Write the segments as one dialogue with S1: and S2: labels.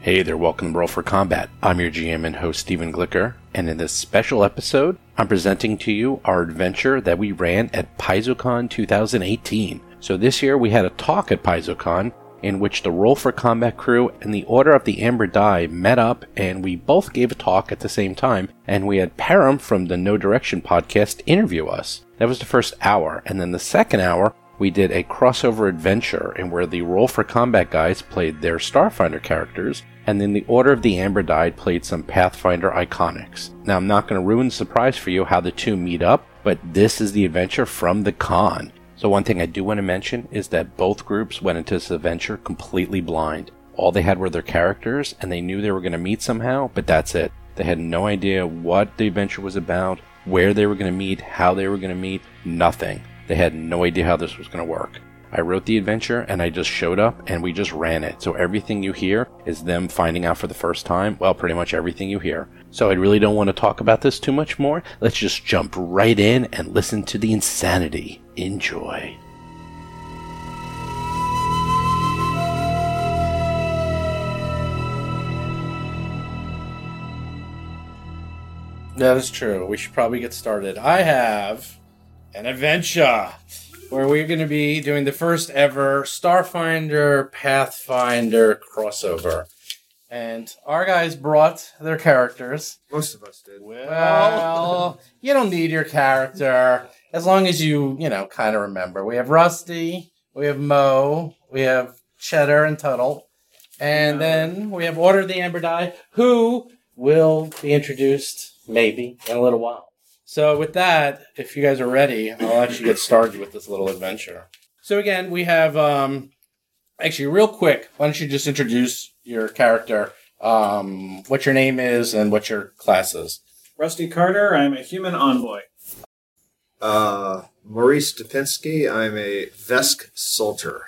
S1: Hey there, welcome to Roll for Combat. I'm your GM and host, Stephen Glicker, and in this special episode, I'm presenting to you our adventure that we ran at PaizoCon 2018. So this year we had a talk at PaizoCon in which the Roll for Combat crew and the Order of the Amber Die met up and we both gave a talk at the same time, and we had Param from the No Direction podcast interview us. That was the first hour, and then the second hour, we did a crossover adventure in where the Roll for Combat guys played their Starfinder characters, and then the Order of the Amber Died played some Pathfinder iconics. Now, I'm not going to ruin the surprise for you how the two meet up, but this is the adventure from the con. So, one thing I do want to mention is that both groups went into this adventure completely blind. All they had were their characters, and they knew they were going to meet somehow, but that's it. They had no idea what the adventure was about, where they were going to meet, how they were going to meet, nothing. They had no idea how this was going to work. I wrote the adventure and I just showed up and we just ran it. So everything you hear is them finding out for the first time. Well, pretty much everything you hear. So I really don't want to talk about this too much more. Let's just jump right in and listen to the insanity. Enjoy. That is true. We should probably get started. I have an adventure where we're going to be doing the first ever Starfinder Pathfinder crossover. And our guys brought their characters.
S2: Most of us did.
S1: Well, you don't need your character as long as you, you know, kind of remember. We have Rusty, we have Mo, we have Cheddar and Tuttle, and then we have Order of the Amber Die, who will be introduced maybe in a little while. So, with that, if you guys are ready, I'll actually get started with this little adventure. So, again, we have um, actually real quick. Why don't you just introduce your character, um, what your name is, and what your class is?
S3: Rusty Carter, I'm a human envoy.
S2: Uh, Maurice Stepinski. I'm a Vesk Salter.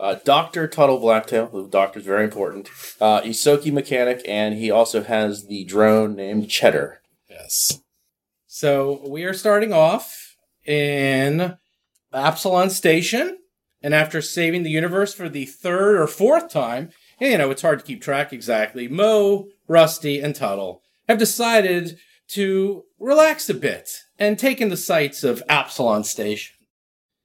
S1: uh, Dr. Tuttle Blacktail, who doctor's very important, uh, Isoki mechanic, and he also has the drone named Cheddar. Yes. So we are starting off in Absalon Station, and after saving the universe for the third or fourth time, you know, it's hard to keep track exactly, Mo, Rusty, and Tuttle have decided to relax a bit and take in the sights of Absalon Station.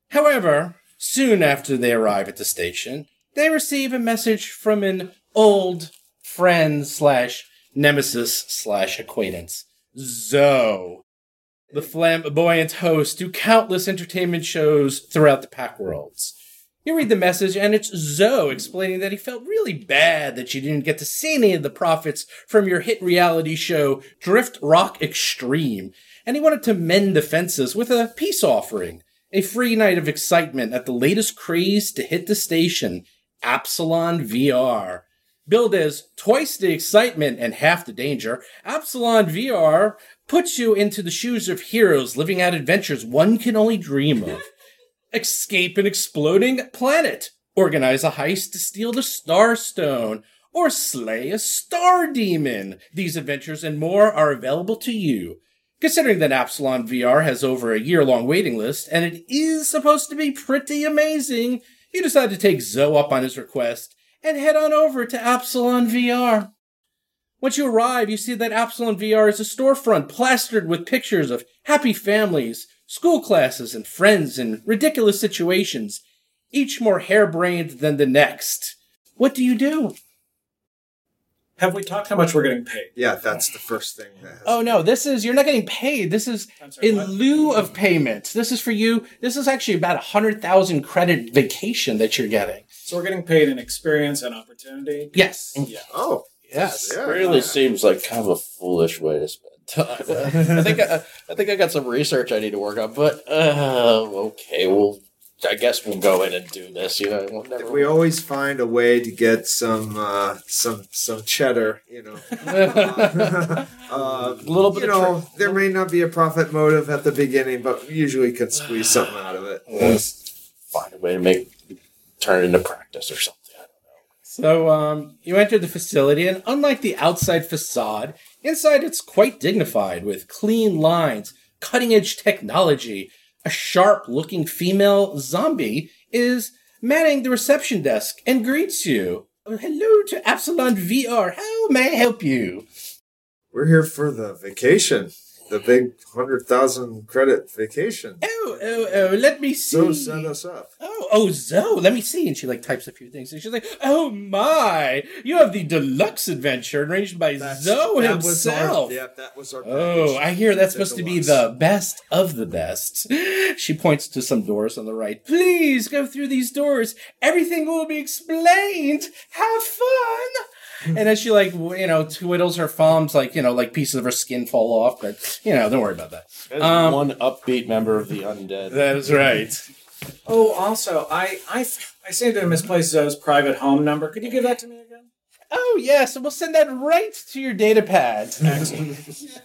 S1: However, soon after they arrive at the station, they receive a message from an old friend slash nemesis slash acquaintance, Zoe, the flamboyant host to countless entertainment shows throughout the pack worlds. You read the message, and it's Zoe explaining that he felt really bad that you didn't get to see any of the profits from your hit reality show Drift Rock Extreme, and he wanted to mend the fences with a peace offering, a free night of excitement at the latest craze to hit the station, Absalon VR. Billed as twice the excitement and half the danger, Absalon VR puts you into the shoes of heroes living out adventures one can only dream of escape an exploding planet, organize a heist to steal the Starstone, or slay a star demon. These adventures and more are available to you. Considering that Absalon VR has over a year long waiting list, and it is supposed to be pretty amazing, you decide to take Zoe up on his request and head on over to Absalon VR. Once you arrive, you see that Absalon VR is a storefront plastered with pictures of happy families, school classes, and friends in ridiculous situations, each more harebrained than the next. What do you do?
S3: Have we talked how much we're getting paid?
S4: Yeah, that's the first thing. That has
S1: Oh no, this is you're not getting paid. This is
S3: I'm sorry,
S1: in
S3: what?
S1: lieu of payment. This is for you. This is actually about a hundred thousand credit vacation that you're getting.
S3: So we're getting paid in experience and opportunity.
S1: Yes.
S3: Yeah.
S4: Oh,
S1: Yes.
S4: yeah.
S5: really seems like kind of a foolish way to spend time. I think I, I think I got some research I need to work on, but uh, okay, well, I guess we'll go in and do this. You know, we'll never.
S4: If we always find a way to get some uh, some some cheddar, you know. uh,
S1: Little bit
S4: you
S1: of
S4: know, there may not be a profit motive at the beginning, but we usually can squeeze something out of it.
S5: we'll find a way to make turn it into practice or something.
S1: So um, you enter the facility, and unlike the outside facade, inside it's quite dignified with clean lines, cutting edge technology. A sharp looking female zombie is manning the reception desk and greets you. Oh, Hello to Absalon VR. How may I help you?
S4: We're here for the vacation, the big hundred thousand credit vacation.
S1: Oh, oh, oh, let me see.
S4: So set us up.
S1: Oh, oh, Zoe, let me see. And she like types a few things, and she's like, "Oh my, you have the deluxe adventure arranged by Zoe
S4: that was
S1: himself."
S4: our, yeah, that was our.
S1: Oh,
S4: package.
S1: I hear that's
S4: The
S1: supposed to be
S4: deluxe.
S1: the best of the best. She points to some doors on the right. Please go through these doors. Everything will be explained. Have fun. And then she like w- you know twiddles her thumbs like you know like pieces of her skin fall off, but you know don't worry about that. Um,
S5: one upbeat member of the undead.
S1: That is right.
S3: Oh, also, I, I, f- I seem to have misplaced Zoe's private home number. Could you give that to me again?
S1: Oh yes, and we'll send that right to your data pad.
S3: Excellent.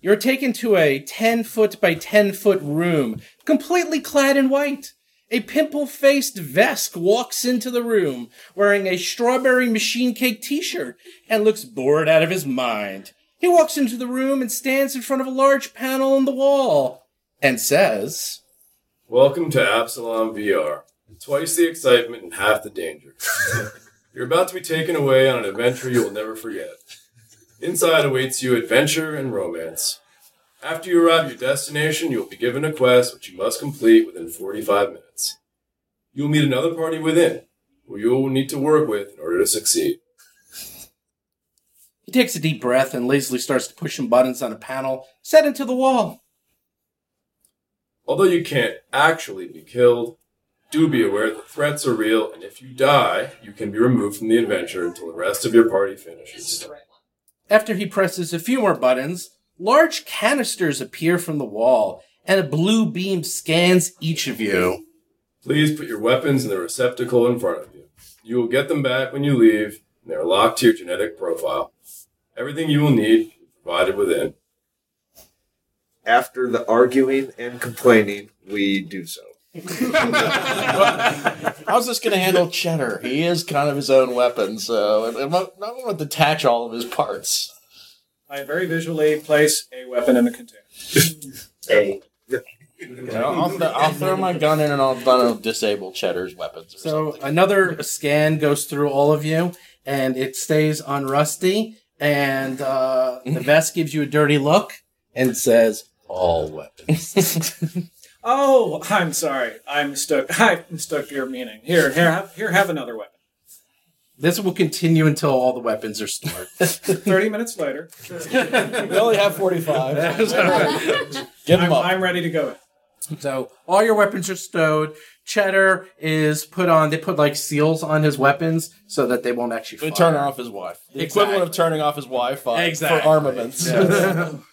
S1: You're taken to a 10 foot by 10 foot room, completely clad in white. A pimple faced Vesk walks into the room wearing a strawberry machine cake t shirt and looks bored out of his mind. He walks into the room and stands in front of a large panel on the wall and says,
S6: Welcome to Absalom VR. Twice the excitement and half the danger. You're about to be taken away on an adventure you will never forget. Inside awaits you adventure and romance. After you arrive at your destination, you will be given a quest which you must complete within 45 minutes. You will meet another party within, who you will need to work with in order to succeed.
S1: He takes a deep breath and lazily starts to push some buttons on a panel set into the wall.
S6: Although you can't actually be killed, do be aware that threats are real, and if you die, you can be removed from the adventure until the rest of your party finishes.
S1: After he presses a few more buttons, large canisters appear from the wall, and a blue beam scans each of you.
S6: Please put your weapons in the receptacle in front of you. You will get them back when you leave, and they are locked to your genetic profile. Everything you will need is provided within.
S4: After the arguing and complaining, we do so.
S5: How's this going to handle Cheddar? He is kind of his own weapon, so I'm not going to detach all of his parts.
S3: I very visually place a weapon in the container.
S5: You know, I'll, th- I'll throw my gun in and I'll, I'll disable Cheddar's weapons. Or
S1: So
S5: something.
S1: another scan goes through all of you, and it stays on Rusty. And uh, the vest gives you a dirty look and says, "All weapons."
S3: Oh, I'm sorry. I mistook. I mistook your meaning. Here, here, have, here. Have another weapon.
S1: this will continue until all the weapons are stored.
S3: Thirty minutes later,
S5: we only have 45. Give him
S3: I'm,
S5: up.
S3: I'm ready to go.
S1: So all your weapons are stowed. Cheddar is put on. They put like seals on his weapons so that they won't actually.
S5: They
S1: Fire.
S5: turn off his wife. The equivalent of
S1: Exactly.
S5: turning off his Wi-Fi
S1: Exactly.
S5: for armaments.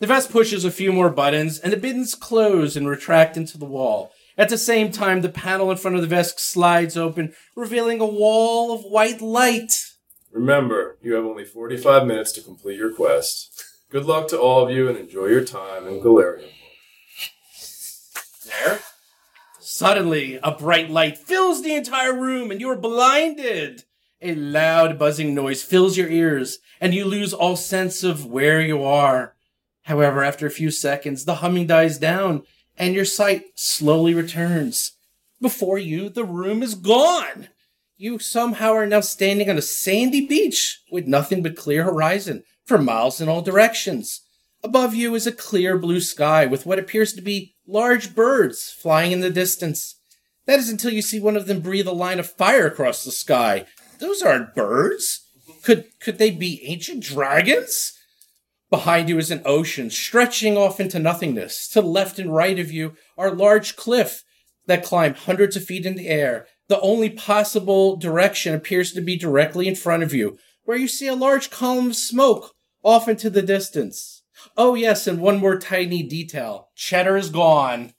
S1: The vest pushes a few more buttons, and the bins close and retract into the wall. At the same time, the panel in front of the vest slides open, revealing a wall of white light.
S6: Remember, you have only 45 minutes to complete your quest. Good luck to all of you and enjoy your time in Galarium.
S1: Suddenly, a bright light fills the entire room, and you are blinded. A loud buzzing noise fills your ears, and you lose all sense of where you are. However, after a few seconds, the humming dies down, and your sight slowly returns. Before you, the room is gone. You somehow are now standing on a sandy beach with nothing but clear horizon for miles in all directions. Above you is a clear blue sky with what appears to be large birds flying in the distance. That is until you see one of them breathe a line of fire across the sky. Those aren't birds. Could could they be ancient dragons? Behind you is an ocean stretching off into nothingness. To the left and right of you are large cliff that climb hundreds of feet in the air. The only possible direction appears to be directly in front of you, where you see a large column of smoke off into the distance. Oh yes, and one more tiny detail. Cheddar is gone.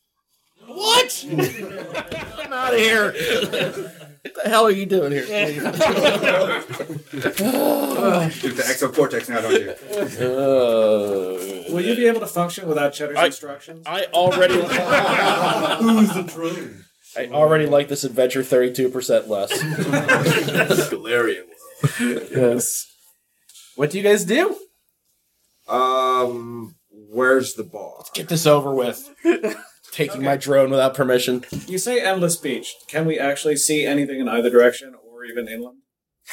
S2: What? I'm out of here. what the hell are you doing here?
S7: You have the exo cortex now, don't you?
S5: Uh,
S3: Will you be able to function without Cheddar's
S2: I-
S3: instructions?
S2: I already I already like this adventure 32% less.
S6: Galarian world.
S2: yes.
S1: What do you guys do?
S4: Um, where's the bar?
S2: Get this over with. Taking my drone without permission.
S3: you say endless beach. Can we actually see anything in either direction or even inland?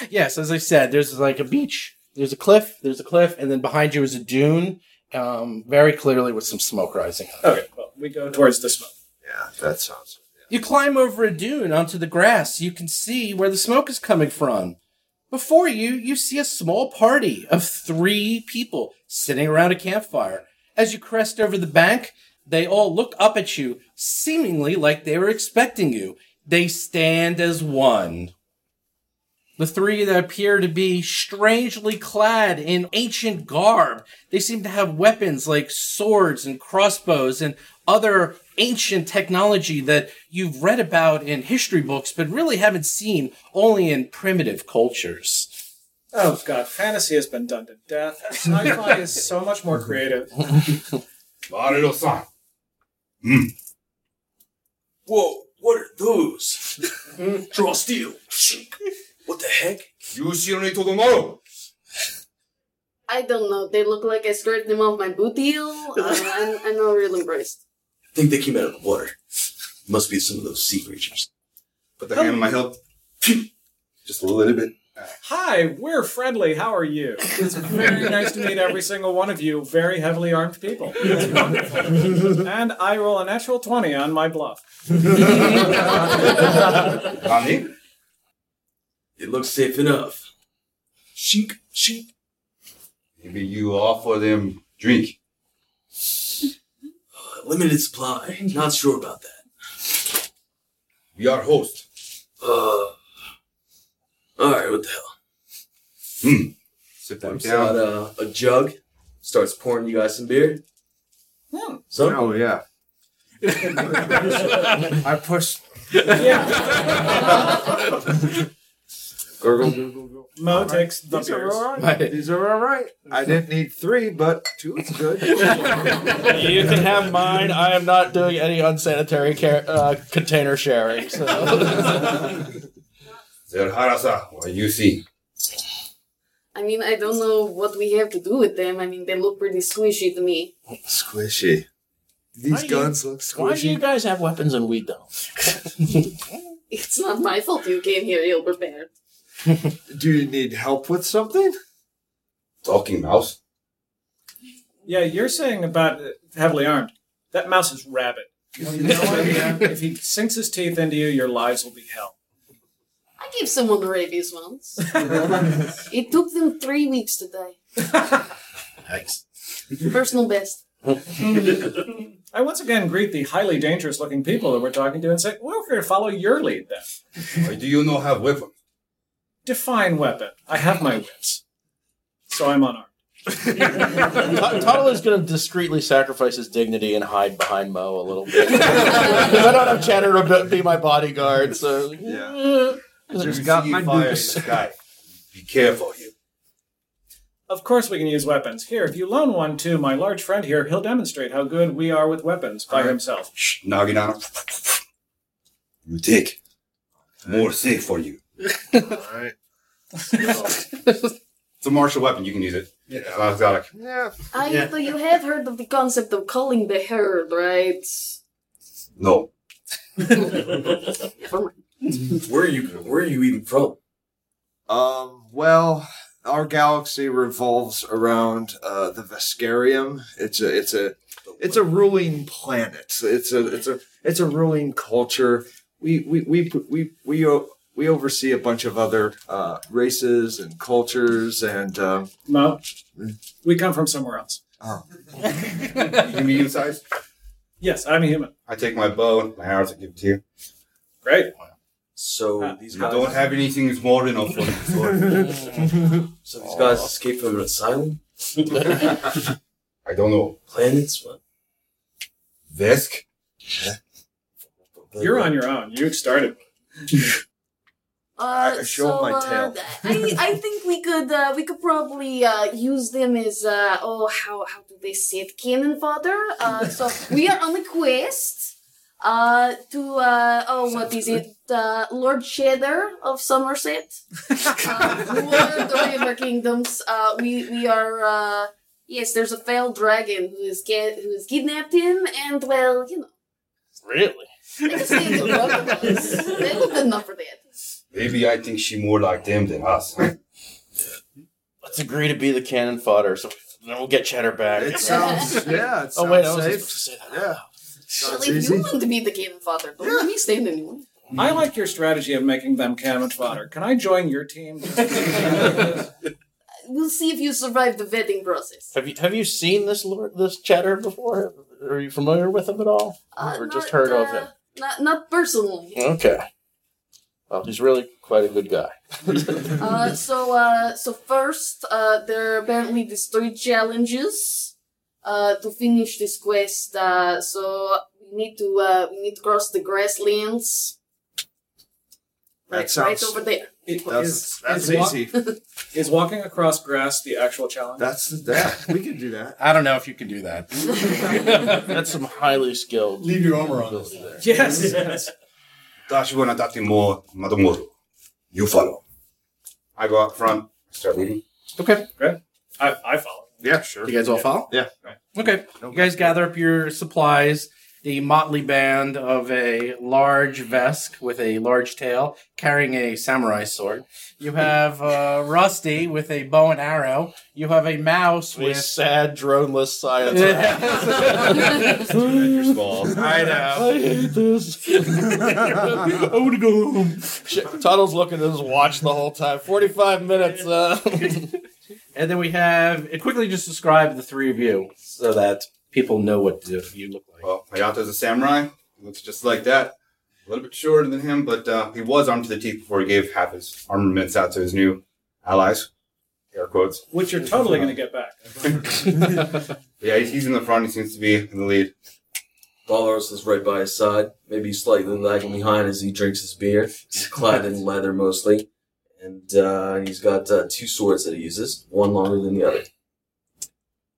S1: Yes, as I said, there's like a beach, there's a cliff, there's a cliff, and then behind you is a dune, um, very clearly with some smoke rising up.
S3: Okay, well, we go towards the smoke.
S4: Yeah, that sounds.
S1: You climb over a dune onto the grass. You can see where the smoke is coming from. Before you, you see a small party of three people sitting around a campfire. As you crest over the bank, they all look up at you, seemingly like they were expecting you. They stand as one. The three that appear to be strangely clad in ancient garb. They seem to have weapons like swords and crossbows and other ancient technology that you've read about in history books, but really haven't seen only in primitive cultures.
S3: Oh god, fantasy has been done to death. Sci-fi is so much more creative.
S7: Mario-san.
S6: Whoa, what are those? Draw steel. What the heck?
S7: Yushiro
S8: I don't know. They look like I stripped them of my booty. Uh, I'm, I'm not really braced.
S9: I think they came out of the water. Must be some of those sea creatures.
S7: Put the hand on my hip. Just a little bit.
S3: Hi, we're friendly. How are you? It's very nice to meet every single one of you, very heavily armed people. and I roll a natural 20 on my bluff.
S7: Nani?
S9: It looks safe enough. Shink, shink.
S7: Maybe you offer them drink.
S9: Limited supply. Not sure about that.
S7: We are host.
S9: Alright, what the hell?
S7: Hmm. Sit them
S9: Whips out
S7: down.
S9: uh, a jug, starts pouring you guys some beer. So,
S4: Oh yeah. I pushed.
S3: Yeah,
S4: Gurgle, gurgle, gurgle.
S3: Mo takes the
S4: These are
S3: beers.
S4: all right. These are all right. I didn't need three, but two is good.
S2: You can have mine. I am not doing any unsanitary care, uh, container sharing. So.
S7: Zerharasa, what you see?
S8: I mean, I don't know what we have to do with them. I mean, they look pretty squishy to me.
S4: squishy. These
S2: Why you-
S4: guns look
S2: Why do you
S4: squishy.
S2: guys have weapons and we don't?
S8: It's not my fault you came here ill prepared.
S4: Do you need help with something?
S7: Talking mouse.
S3: Yeah, you're saying about uh, heavily armed. That mouse is rabid. You have no idea. if he sinks his teeth into you, your lives will be hell.
S8: I gave someone rabies once. it took them three weeks to die.
S2: Thanks.
S8: Personal best.
S3: I once again greet the highly dangerous looking people that we're talking to and say, we're going to follow your lead then.
S7: Why do you not have weapon?
S3: Define weapon. I have my whips. So I'm unarmed.
S2: Tuttle is going to discreetly sacrifice his dignity and hide behind Mo a little bit. Because I don't have Cheddar to be- be my bodyguard, so.
S4: Yeah.
S2: Just
S7: You
S2: Uh, got
S7: see
S2: my
S7: fire in the
S2: goose.
S7: sky. Be careful, you.
S3: Of course, we can use weapons. Here, if you loan one to my large friend here, he'll demonstrate how good we are with weapons by
S7: Alright.
S3: himself.
S7: Shh, noggin on. You take. More safe for you.
S4: All right.
S7: It's a martial weapon. You can use it. Yeah. It's not exotic.
S4: Yeah.
S8: I so you have heard of the concept of calling the herd, right?
S7: No.
S8: Never mind.
S9: where are you where are you even from?
S4: Um, well, our galaxy revolves around uh, the Vescarium. It's a it's a it's a ruling planet. It's a it's a it's a ruling culture. We we we we we, we we oversee a bunch of other uh, races and cultures and. Um,
S3: no. We come from somewhere else.
S4: Oh.
S7: You medium sized?
S3: Yes, I'm a human.
S7: I take my bow and my arrows and give it to you.
S3: Great. Uh,
S9: So
S7: these guys don't have anything small enough for this
S9: So these guys escaped from an asylum?
S7: I don't know.
S9: Planets? What?
S7: Vesk?
S3: You're on your own. You started.
S8: Uh,
S4: I show 'em
S8: so,
S4: my
S8: uh,
S4: tail.
S8: I, I think we could uh, we could probably uh, use them as uh, oh how how do they say it cannon fodder. Uh, so we are on a quest uh, to uh, oh what is it uh, Lord Cheddar of Somerset, uh, ruler of the River Kingdoms. Uh, we we are uh, yes. There's a failed dragon who is get who has kidnapped him, and well you know
S1: Really?
S8: I guess they have the both of us. They look good enough for that.
S7: Maybe I think she more like them than us.
S2: Let's agree to be the cannon fodder, so then we'll get Cheddar back.
S4: It sounds. Yeah, it sounds
S2: Oh, wait, I was
S4: safe.
S2: supposed to say that.
S4: yeah.
S8: Well,
S4: Sounds
S8: if
S4: easy.
S8: you want to be the cannon fodder, don't let me stand anyone.
S3: I like your strategy of making them cannon fodder. Can I join your team?
S8: We'll see if you survive the vetting process.
S2: Have you have you seen this lord, this Cheddar before? Are you familiar with him at all,
S8: Uh,
S2: or
S8: not,
S2: just heard of
S8: uh,
S2: him?
S8: Not, not personally.
S2: Okay. Well, he's really quite a good guy.
S8: uh, so, uh, so first, uh, there are apparently these three challenges uh, to finish this quest. Uh, so we need to uh, we need to cross the grasslands.
S4: That
S8: Right,
S4: sounds-
S8: right over there.
S3: It-
S4: That's,
S3: is-
S4: that's
S3: is wa-
S4: easy.
S3: Is walking across grass the actual challenge?
S4: That's that. We can do that.
S1: I don't know if you can do that.
S2: That's some highly skilled.
S10: Leave your armor on.
S3: yes,
S7: Mm-hmm.
S3: yes.
S7: Dashibona Datimo Madomoro. You follow. I go up front, start leading.
S1: Okay.
S3: I, I follow.
S4: Yeah, sure.
S1: You guys all follow?
S4: Yeah.
S1: Okay. You guys gather up your supplies. The motley band of a large vesk with a large tail carrying a samurai sword. You have uh, Rusty with a bow and arrow. You have a mouse
S2: With
S1: with.
S2: sad droneless silence.
S7: You're small.
S1: I know.
S2: I hate this. I want to go home. Shit, Tuttle's looking at his watch the whole time. Forty-five minutes. Uh,
S1: And then we have. It quickly just describe the three of you so that people know what to- you look like.
S7: Well, Hayato's a samurai. He looks just like that. A little bit shorter than him, but uh, he was armed to the teeth before he gave half his armaments out to his new allies. Air quotes.
S3: Which you're totally going to get back.
S7: Yeah, he's, he's in the front. He seems to be in the lead.
S9: Dolores is right by his side, maybe slightly lagging behind as he drinks his beer. He's clad in leather mostly, and uh, he's got uh, two swords that he uses, one longer than the other.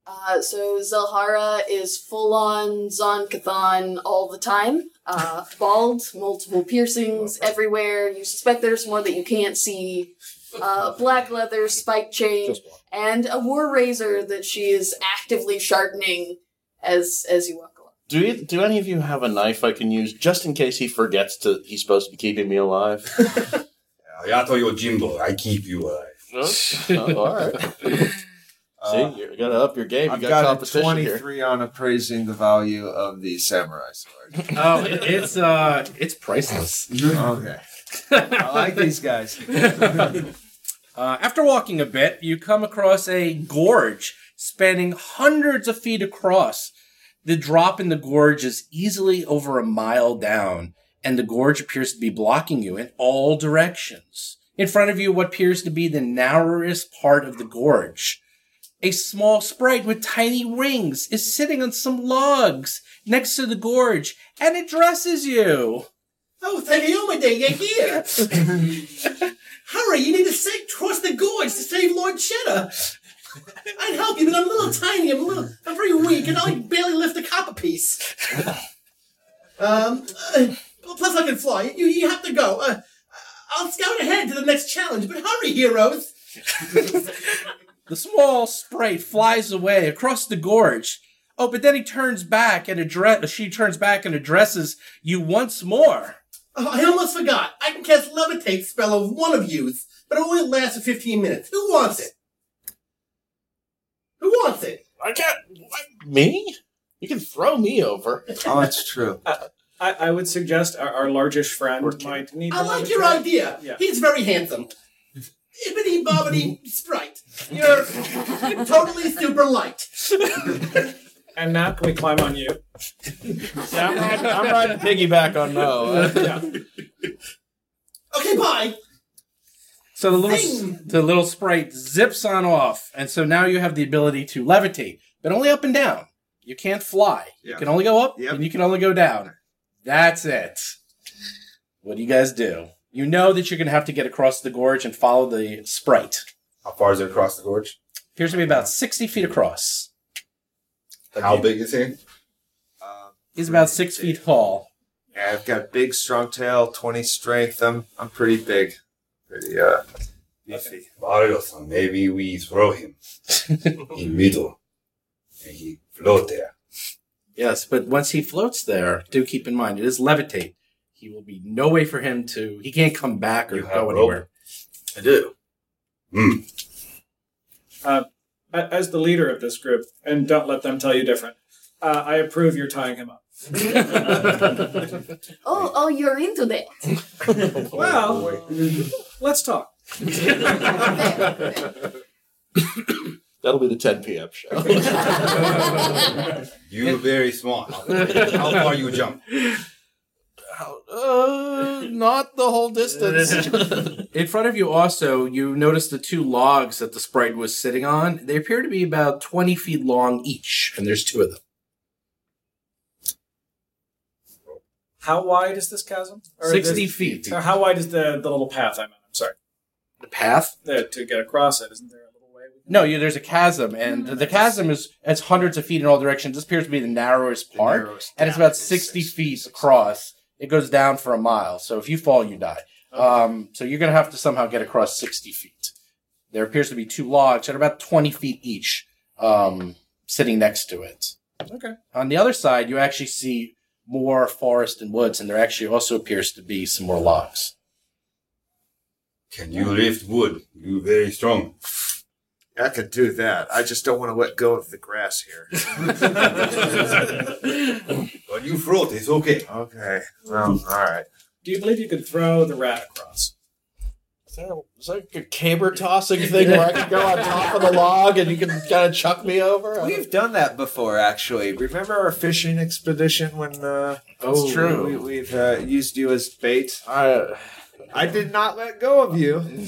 S8: Uh, so Zelhara is full on Zonkathan all the time. Uh, bald, multiple piercings everywhere. You suspect there's more that you can't see. Uh, black leather, spike chain, and a war razor that she is actively sharpening as as you walk along.
S2: do you, do any of you have a knife I can use just in case he forgets to? He's supposed to be keeping me alive.
S7: Hayato Yojimbo, Oh, I keep you alive.
S2: Oh, all right.
S7: Uh,
S2: See, you gotta up your game. You
S4: I've
S2: got,
S4: got, a
S2: competition here.
S4: 23 on appraising the value of the samurai sword.
S1: Oh, it- it's uh, it's priceless.
S4: okay. I like these guys.
S1: Uh, after walking a bit, you come across a gorge spanning hundreds of feet across. The drop in the gorge is easily over a mile down, and the gorge appears to be blocking you in all directions. In front of you, what appears to be the narrowest part of the gorge. A small sprite with tiny wings is sitting on some logs next to the gorge, and it dresses you.
S11: Oh, Tadayoma Day, you're here! Hurry, you need to sa- cross the gorge to save Lord Cheddar! I'd help you, but I'm a little tiny, I'm a little, I'm very weak, and I like, barely lift a copper piece. Um, uh, plus I can fly, you, you have to go. Uh, I'll scout ahead to the next challenge, but hurry, heroes!
S1: The small sprite flies away across the gorge. Oh, but then he turns back and address she turns back and addresses you once more.
S11: Oh, I almost forgot, I can cast Levitate spell of one of yous, but it only lasts for 15 minutes. Who wants it? Who wants it?
S2: I can't. What, me? You can throw me over.
S4: Oh, it's true.
S3: I, I, I would suggest our, our largest friend might need.
S11: I
S3: the
S11: like
S3: largest
S11: your
S3: friend.
S11: idea.
S3: Yeah.
S11: He's very handsome. Ibbity bobbity sprite. You're totally super light.
S3: And now can we climb on you?
S2: I'm, riding, I'm riding piggyback on Mo.
S11: Okay, bye.
S1: So the little the little sprite zips on off, and so now you have the ability to levitate, but only up and down. You can't fly. You
S4: Yeah.
S1: can only go up, and you can only go down. That's it. What do you guys do? You know that you're going to have to get across the gorge and follow the sprite.
S7: How far is it across the gorge?
S1: Appears to be about sixty feet across.
S7: How big is he?
S1: He's about six feet tall.
S4: Yeah, I've got big, strong tail, twenty strength. I'm I'm pretty big. Pretty uh.
S7: Beefy. Barrios, maybe we throw him in middle. And he float there.
S1: Yes, but once he floats there, do keep in mind it is levitate. He will be no way for him to. He can't come back or
S7: have
S1: go
S7: rope.
S1: anywhere.
S9: I do.
S3: Uh, a- as the leader of this group, and don't let them tell you different. Uh, I approve you're tying him up.
S8: Oh, oh, you're into that.
S3: well, let's talk.
S2: That'll be the 10 p.m. show.
S7: You very small. How far you jump?
S2: Uh, not the whole distance.
S1: In front of you, also, you notice the two logs that the sprite was sitting on. They appear to be about 20 feet long each, and there's two of them.
S3: How wide is this chasm?
S1: 60
S3: this-
S1: feet.
S3: Or how wide is the, the little path I'm on? I'm sorry.
S1: The path?
S3: The, to get across it, isn't there?
S1: No, you, there's a chasm, and the chasm is it's hundreds of feet in all directions. This appears to be the narrowest part, and it's about 60 feet across. It goes down for a mile, so if you fall, you die. Um, so you're going to have to somehow get across 60 feet. There appears to be two logs that are about 20 feet each um, sitting next to it.
S3: Okay.
S1: On the other side, you actually see more forest and woods, and there actually also appears to be some more logs.
S7: Can you lift wood? You very strong.
S4: I could do that. I just don't want to let go of the grass here.
S7: But you float, it's okay.
S4: Okay. Well, all right.
S3: Do you believe you could throw the rat across?
S2: Is there, is there like a caber tossing thing where I can go on top of the log and you can kind of chuck me over? I
S4: We've done that before, actually. Remember our fishing expedition when? Uh,
S2: Oh.
S4: We, we've uh, used you as bait.
S2: I,
S4: I did not let go of you.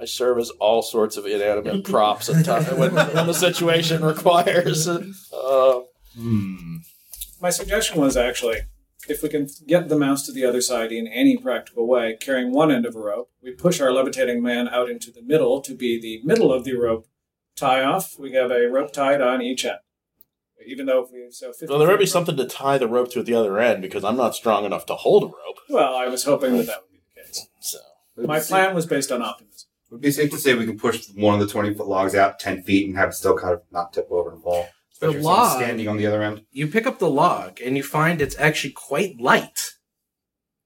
S2: I serve as all sorts of inanimate props at times when, when the situation requires. Uh,
S7: Hmm.
S3: My suggestion was actually, if we can get the mouse to the other side in any practical way, carrying one end of a rope, we push our levitating man out into the middle to be the middle of the rope tie off. We have a rope tied on each end. Even though if we so 50
S2: well, there might be
S3: feet-
S2: something to tie the rope to at the other end because I'm not strong enough to hold a rope.
S3: Well, I was hoping that that would be the case.
S2: So
S3: My plan was based on optimism.
S7: Would it be safe to say we can push one of the 20 foot logs out 10 feet and have it still kind of not tip over and fall? Especially if someone's
S1: log-
S7: standing on the other end.
S1: You pick up the log, and you find it's actually quite light.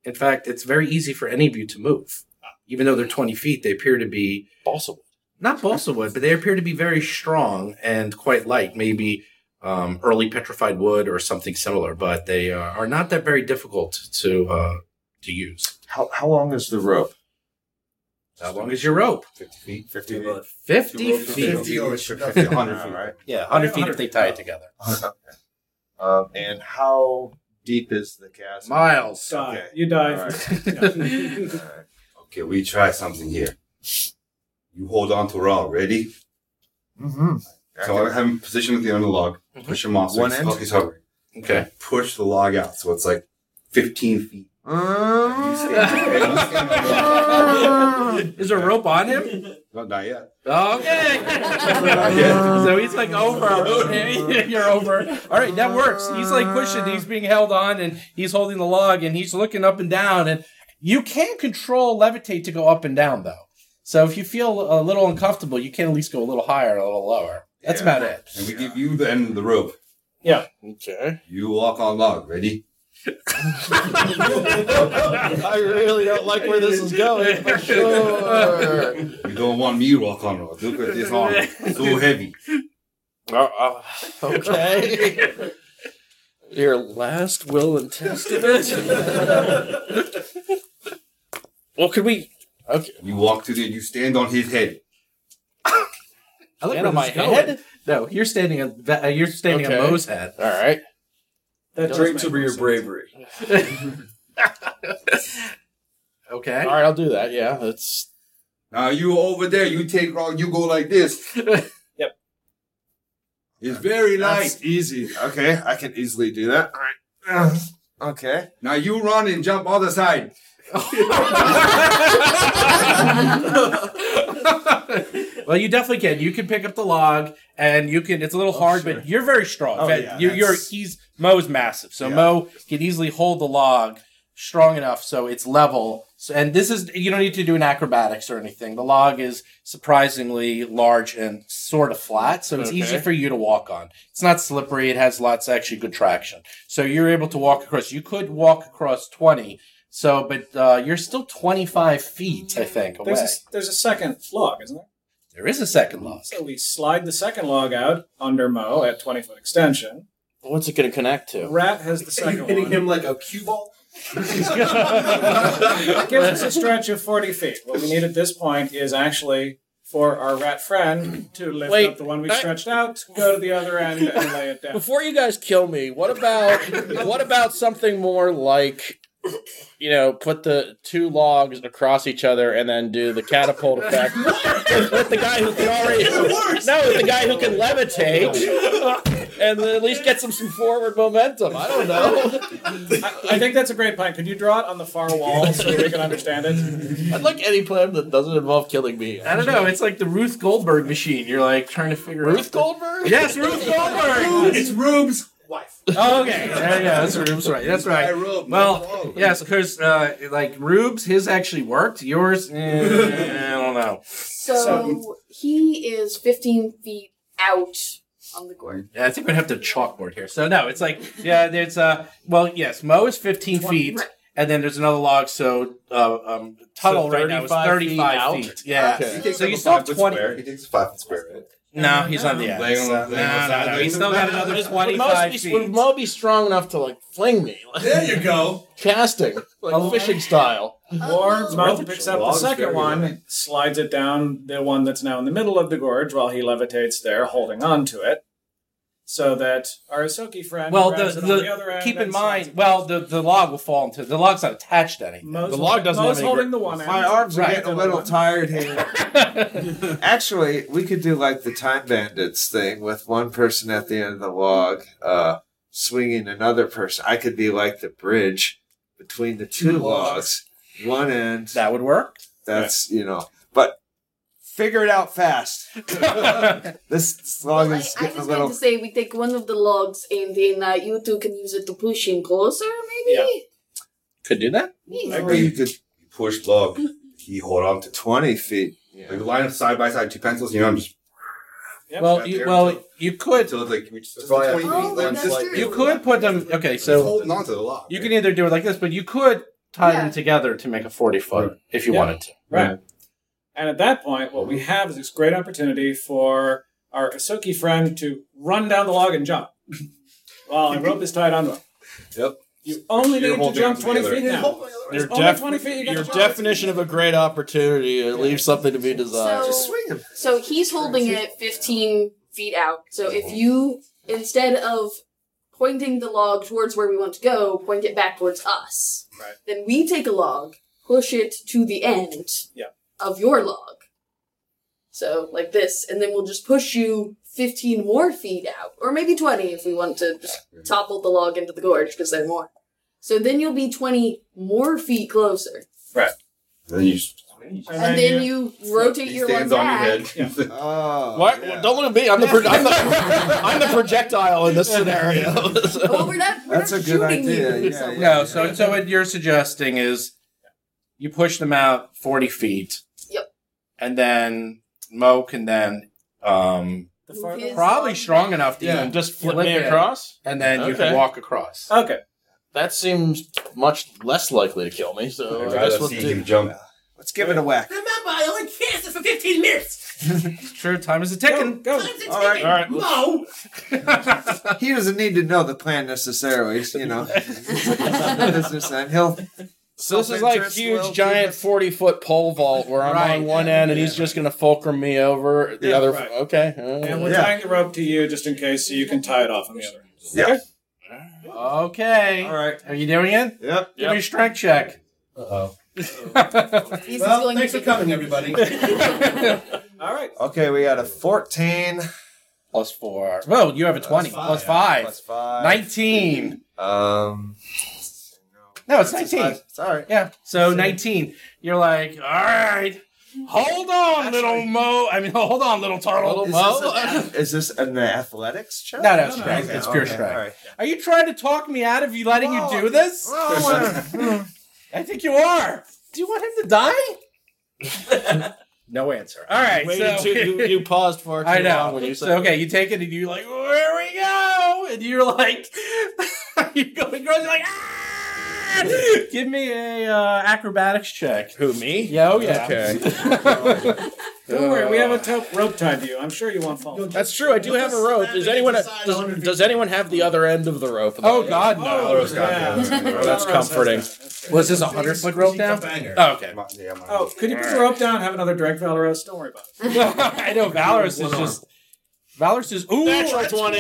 S1: In fact, it's very easy for any of you to move. Even though they're 20 feet, they appear to be
S2: balsa wood.
S1: not balsa wood, but they appear to be very strong and quite light. Maybe um, early petrified wood or something similar, but they uh, are not that very difficult to uh, to use.
S4: How how long is the rope?
S1: How long is your rope?
S7: 50 feet.
S4: 50
S1: 50
S9: Your rope is
S1: feet.
S7: 50 or 100 feet, right?
S1: Yeah, 100 feet if they tie it together.
S4: Um, and how deep is the chasm?
S1: Miles.
S3: Die.
S4: Okay.
S3: You die.
S4: All
S3: first.
S4: All
S3: Yeah.
S4: right.
S7: Okay, we try something here. You hold on to Raw, ready?
S4: Mm-hmm.
S7: So I have him positioned at the end of the log, push him off. So
S4: One
S7: he's,
S4: end?
S7: Oh, he's hovering.
S1: Okay.
S7: Push the log out so it's like 15 feet. You
S9: Ah.
S7: stand- okay, you stand on the log.
S1: Is there a rope on him?
S7: No, not yet.
S1: Okay. so he's like over. You're over. All right, that works. He's like pushing. He's being held on and he's holding the log and he's looking up and down. And you can control levitate to go up and down, though. So if you feel a little uncomfortable, you can at least go a little higher, a little lower. That's about it.
S7: And we give you the end of the rope.
S3: yeah.
S2: Okay.
S7: You walk on log, ready?
S2: I really don't like where this is going. but sure.
S7: You don't want me to walk on log. Look at this arm. So heavy.
S2: Uh, uh, okay.
S1: Your last will and
S4: Um.
S1: testament.
S7: Well, could
S1: we?
S7: Okay. You walk through there. You stand on his head.
S1: I look
S7: Stand on
S1: my
S7: my
S1: head.
S7: head?
S1: No, you're standing on that. Uh, you're standing
S9: Okay.
S1: on Mo's head.
S2: All right.
S9: That drinks over your bravery.
S1: Okay.
S2: All right, I'll do that. Yeah, that's.
S7: Now you over there. You take wrong. You go like this.
S3: yep.
S7: It's very light.
S4: That's easy. Okay, I can easily do that. All right. Okay.
S7: Now you run and jump other side.
S1: Well, you definitely can. You can pick up the log, and you can. It's a little hard, but you're very strong.
S2: Oh,
S1: In fact,
S2: yeah,
S1: you're, you're
S2: that's-
S1: he's Mo's massive, so Mo can easily hold the log strong enough so it's level. So, and this is you don't need to do an acrobatics or anything. The log is surprisingly large and sort of flat, so it's
S2: Okay.
S1: easy for you to walk on. It's not slippery. It has lots of actually good traction, so you're able to walk across. You could walk across twenty. So, but uh, you're still 25 feet, I think, away.
S3: There's a, there's a second log, isn't there?
S1: There is a second log.
S3: So we slide the second log out under Mo at 20 foot extension.
S2: What's it going to connect to?
S3: Rat has the
S11: Are
S3: second
S11: you hitting
S3: one.
S11: him like a cue ball?
S3: it gives us a stretch of 40 feet. What we need at this point is actually for our rat friend to lift
S10: Wait,
S3: up the one we stretched out, go to the other end, and lay it down.
S10: Before you guys kill me, what about what about something more like you know, put the two logs across each other and then do the catapult effect with, with the guy who can already no, with the guy who can levitate and then at least get some some forward momentum. I don't know.
S3: I think that's a great plan. Could you draw it on the far wall so we can understand it?
S2: I'd like any plan that doesn't involve killing me.
S1: I don't know. It's like the Ruth Goldberg machine. You're like trying to figure out.
S2: Ruth Goldberg?
S1: Yes, Ruth Goldberg.
S11: It's Rube's
S2: wife.
S1: Oh, okay. Yeah, yeah, that's Rube's right. That's right. well, yes, because uh, like Rube's, his actually worked. Yours, eh, I don't know.
S8: So, he is 15 feet out on the ground.
S1: Yeah, I think we'd have to chalkboard here. So no, it's like yeah, there's uh well yes, Mo is 15
S8: Twenty,
S1: feet,
S8: right.
S1: and then there's another log. So uh, um, Tuttle
S2: So
S1: right now
S2: 35
S1: is
S2: feet
S1: 35 feet.
S2: out?
S1: Yeah,
S2: Okay. He takes
S1: so
S2: up
S1: you
S2: a
S1: still have
S2: five-foot
S1: 20.
S7: Square. He takes a five foot square. Right?
S1: No, he's on the edge.
S7: Laying on
S1: No,
S7: the- laying on the
S1: no,
S7: side,
S1: no,
S7: laying
S1: he's
S7: on
S1: still
S7: the
S1: got
S7: back.
S1: another
S2: Would Mo,
S1: 25
S2: be,
S1: feet.
S2: would Mo be strong enough to like fling me?
S11: There you go.
S2: Casting like fishing style.
S3: Or
S1: Oh.
S3: Mo
S2: Ruth
S3: picks up the
S2: Goldberg's
S3: second
S2: very
S3: one, slides it down the one that's now in the middle of the gorge while he levitates there, holding on to it, so that our Isoki friend
S1: Well,
S3: grabs
S1: the,
S3: it
S1: the,
S3: on the other end.
S1: keep in
S3: and slides
S1: mind. Well, the, the log will fall into the log's not attached to anything.
S3: Mo's-
S1: the log doesn't
S3: Mo's
S1: have any
S3: holding
S1: grip.
S3: the one end.
S4: My arms are
S1: Right.
S4: getting a little tired here. Actually, we could do like the Time Bandits thing with one person at the end of the log uh, swinging another person. I could be like the bridge between the two logs, one end.
S1: Mm-hmm. That would work.
S4: That's, you know, but figure it out fast. this, this log
S8: I,
S4: is
S8: I
S4: getting a
S8: just meant
S4: little.
S8: to say we take one of the logs and then uh, you two can use it to push him closer, maybe?
S1: Could do that.
S8: Yeah.
S7: Or you could push log. He hold on to
S4: twenty feet.
S7: Like line up side by side, two pencils. You know, I'm just
S1: Well, you, well, you could.
S7: so it's like we just
S2: probably
S7: twenty
S2: have to
S7: feet.
S4: Oh,
S2: be
S7: like,
S2: one
S7: just
S2: slight-
S7: like-
S1: You could put them. Okay, so
S7: holding on to the log.
S1: You can either do it like this, but you could tie them together to make a 40 foot if you
S3: Yeah.
S1: wanted to.
S3: Right. And at that point, what we have is this great opportunity for our Isoki friend to run down the log and jump while a rope is tied onto him.
S7: Yep.
S3: You only need
S7: You're
S3: to
S7: holding
S3: jump
S7: it
S3: 20
S7: together.
S3: feet
S7: You're
S3: now.
S7: holding
S3: There's
S2: Your,
S3: only
S2: def-
S3: 20 feet. You got
S2: your
S3: to jump.
S2: definition of a great opportunity uh, leaves something to be desired.
S8: So, so he's holding it 15 feet out. So if
S7: Uh-huh.
S8: you, instead of pointing the log towards where we want to go, point it back towards us,
S3: Right.
S8: then we take a log, push it to the end
S3: Yeah.
S8: of your log. So like this, and then we'll just push you 15 more feet out, or maybe 20 if we want to just topple the log into the gorge because they're more. So then you'll be 20 more feet closer.
S3: Right.
S7: Then you just
S8: And, then you, rotate
S7: he
S8: your one
S7: stands on
S8: back.
S7: your head.
S4: Oh,
S2: What? Well, don't look at me. I'm the, pro- I'm, the, I'm the projectile in this scenario.
S8: Well, we're not, we're
S4: That's
S8: not
S4: a good
S8: shooting
S4: idea.
S8: you.
S4: Yeah, yeah.
S1: No, so so what you're suggesting is you push them out 40 feet.
S8: Yep.
S1: And then Mo can then um
S3: The far-
S8: His-
S1: probably strong enough to
S2: Yeah,
S1: even
S2: just flip
S1: flip
S2: me
S1: it,
S2: across?
S1: and then you
S2: Okay.
S1: can walk across.
S3: Okay.
S2: That seems much less likely to kill me. So
S7: I'd
S2: I guess
S7: rather
S2: let's
S7: see
S2: do-
S7: him jump.
S4: Let's give it a whack.
S11: Remember, I only cast it for 15 minutes.
S1: True, time is a ticking.
S3: Go,
S4: All right, all right.
S11: Mo!
S4: he doesn't need to know the plan necessarily. You know, business end. He'll.
S2: So this is like huge, giant forty foot pole vault where I'm
S4: Right,
S2: on one end and he's just gonna fulcrum me over the
S3: Yeah,
S2: other.
S3: right.
S2: Okay. uh,
S3: And we're tying the rope to you just in case, so you can tie it off on the other.
S2: Yeah.
S1: Okay. All
S4: right.
S1: Are you doing it?
S4: Yep.
S1: Give me a strength check.
S7: Uh
S1: oh.
S7: Well, thanks for coming, everybody.
S3: All right.
S4: Okay, we got a fourteen
S2: plus four.
S1: Well, you have a twenty plus five.
S4: Plus five.
S1: Nineteen.
S4: Um.
S1: No, it's nineteen.
S4: Sorry.
S1: Yeah. So nineteen. You're like, all right. Hold on, little Mo. I mean, hold on, little turtle.
S4: Is
S1: Mo.
S4: this, an, is this an athletics check?
S1: No, no, it's strength. It's pure strength. Are you trying to talk me out of you letting you do this? I think you are. Do you want him to die? no answer. All right.
S2: Waited
S1: so-
S2: too- you, you paused for. Too
S1: I know.
S2: Long when you said
S1: so, okay, you take it and you're like, where we go? And you're like, you go and you're like, ah! Give me a uh, acrobatics check.
S2: Who me?
S1: Yeah, oh yeah.
S2: Okay.
S3: Don't worry, we have
S1: Uh,
S3: a to- rope tied to you. I'm sure you won't fall.
S2: That's true. I do have a rope. Does anyone does, does anyone have the other end of the rope?
S1: Oh, God, no.
S2: Laura's got the other end of the rope. That's comforting.
S1: Was this a hundred foot rope down? Oh, okay.
S3: Oh, could you put the rope down? and Have another drink, Valorous. Don't worry about it.
S1: I know Valorous is just Valorous is ooh
S3: Natural
S1: a
S3: 20.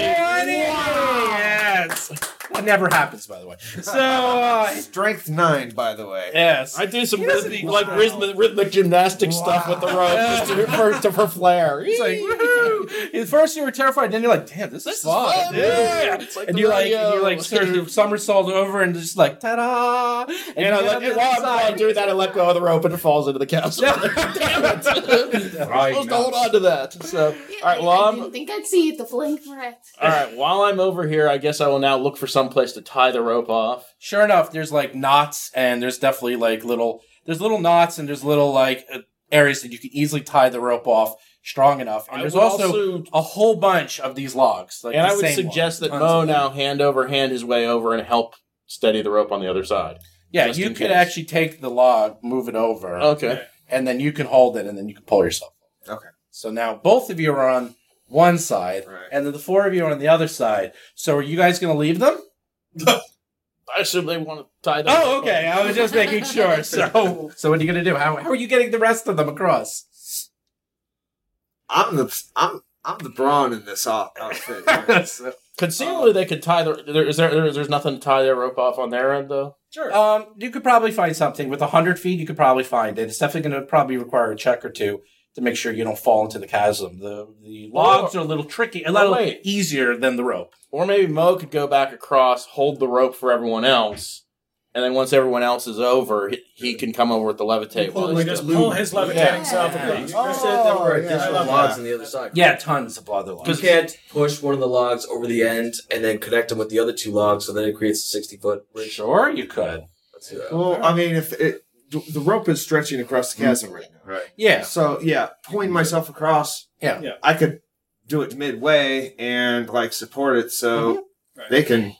S1: Yes, that never happens by the way. So uh,
S4: strength nine, by the way.
S1: yes,
S2: I do some
S1: He doesn't
S2: rhythmic,
S1: even-
S2: like rhythmic, rhythmic gymnastic stuff with the rope just to, for, to, for flair.
S1: It's like woohoo! At first you were terrified, then you're like, "Damn, this, is fun!"
S2: fun,
S1: yeah.
S2: dude. It's like
S1: and
S2: the
S1: you like, and
S2: rodeo.
S1: you like, sort of somersault over, and just like, "Ta-da!" And,
S2: And I let, and while I'm while I'm doing that, I let go of the rope and it falls into the castle. Damn it! I'm supposed to hold on to that. So, all right, well,
S8: I
S2: I'm,
S8: didn't think I'd see it, the flank rat.
S2: all right, while I'm over here, I guess I will now look for some place to tie the rope off.
S1: Sure enough, there's like knots, and there's definitely like little, there's little knots, and there's little like uh, areas that you can easily tie the rope off strong enough. And
S2: I
S1: there's
S2: would
S1: also,
S2: also-
S1: a whole bunch of these logs. Like
S2: and
S1: the
S2: I would
S1: same
S2: suggest
S1: ones.
S2: that
S1: Tons of
S2: Mo
S1: them.
S2: now hand over hand his way over and help steady the rope on the other side.
S1: Yeah,
S2: Just
S1: you
S2: in
S1: could
S2: case.
S1: actually take the log, move it over.
S2: Okay.
S1: And then you can hold it and then you can pull yourself.
S4: Okay.
S1: So now both of you are on one side and then the four of you are on the other side. So are you guys going to leave them?
S2: I assume they want to tie that.
S1: Oh, okay. I was just making sure. So so what are you going to do? How, how are you getting the rest of them across?
S4: I'm the I'm I'm the brawn in this out- outfit.
S2: Conceivably, they could tie the. There, is there, there? There's nothing to tie their rope off on their end, though.
S1: Sure. Um, you could probably find something with 100 feet. You could probably find it. It's definitely going to probably require a check or two to make sure you don't fall into the chasm. The the logs are a little tricky, a
S2: Well,
S1: little
S2: Oh, wait.
S1: easier than the rope.
S2: Or maybe Mo could go back across, hold the rope for everyone else, and then once everyone else is over, he, he can come over with the levitate.
S3: Pull,
S2: one.
S3: like, just pull his levitating self
S1: Oh,
S3: across.
S9: There were additional
S3: Oh, I love
S9: logs
S3: that.
S9: on the other side.
S1: Yeah, tons of other logs.
S9: You can't push one of the logs over the end and then connect them with the other two logs, so then it creates a sixty foot.
S1: Sure, you could.
S9: Let's do that.
S4: well, I mean, if it the the rope is stretching across the chasm right now,
S12: Right.
S1: Mm-hmm. Yeah.
S4: So yeah, pulling myself across,
S1: Yeah.
S3: Yeah.
S4: I could do it midway and like support it
S1: Mm-hmm.
S4: so
S3: Right.
S4: they can,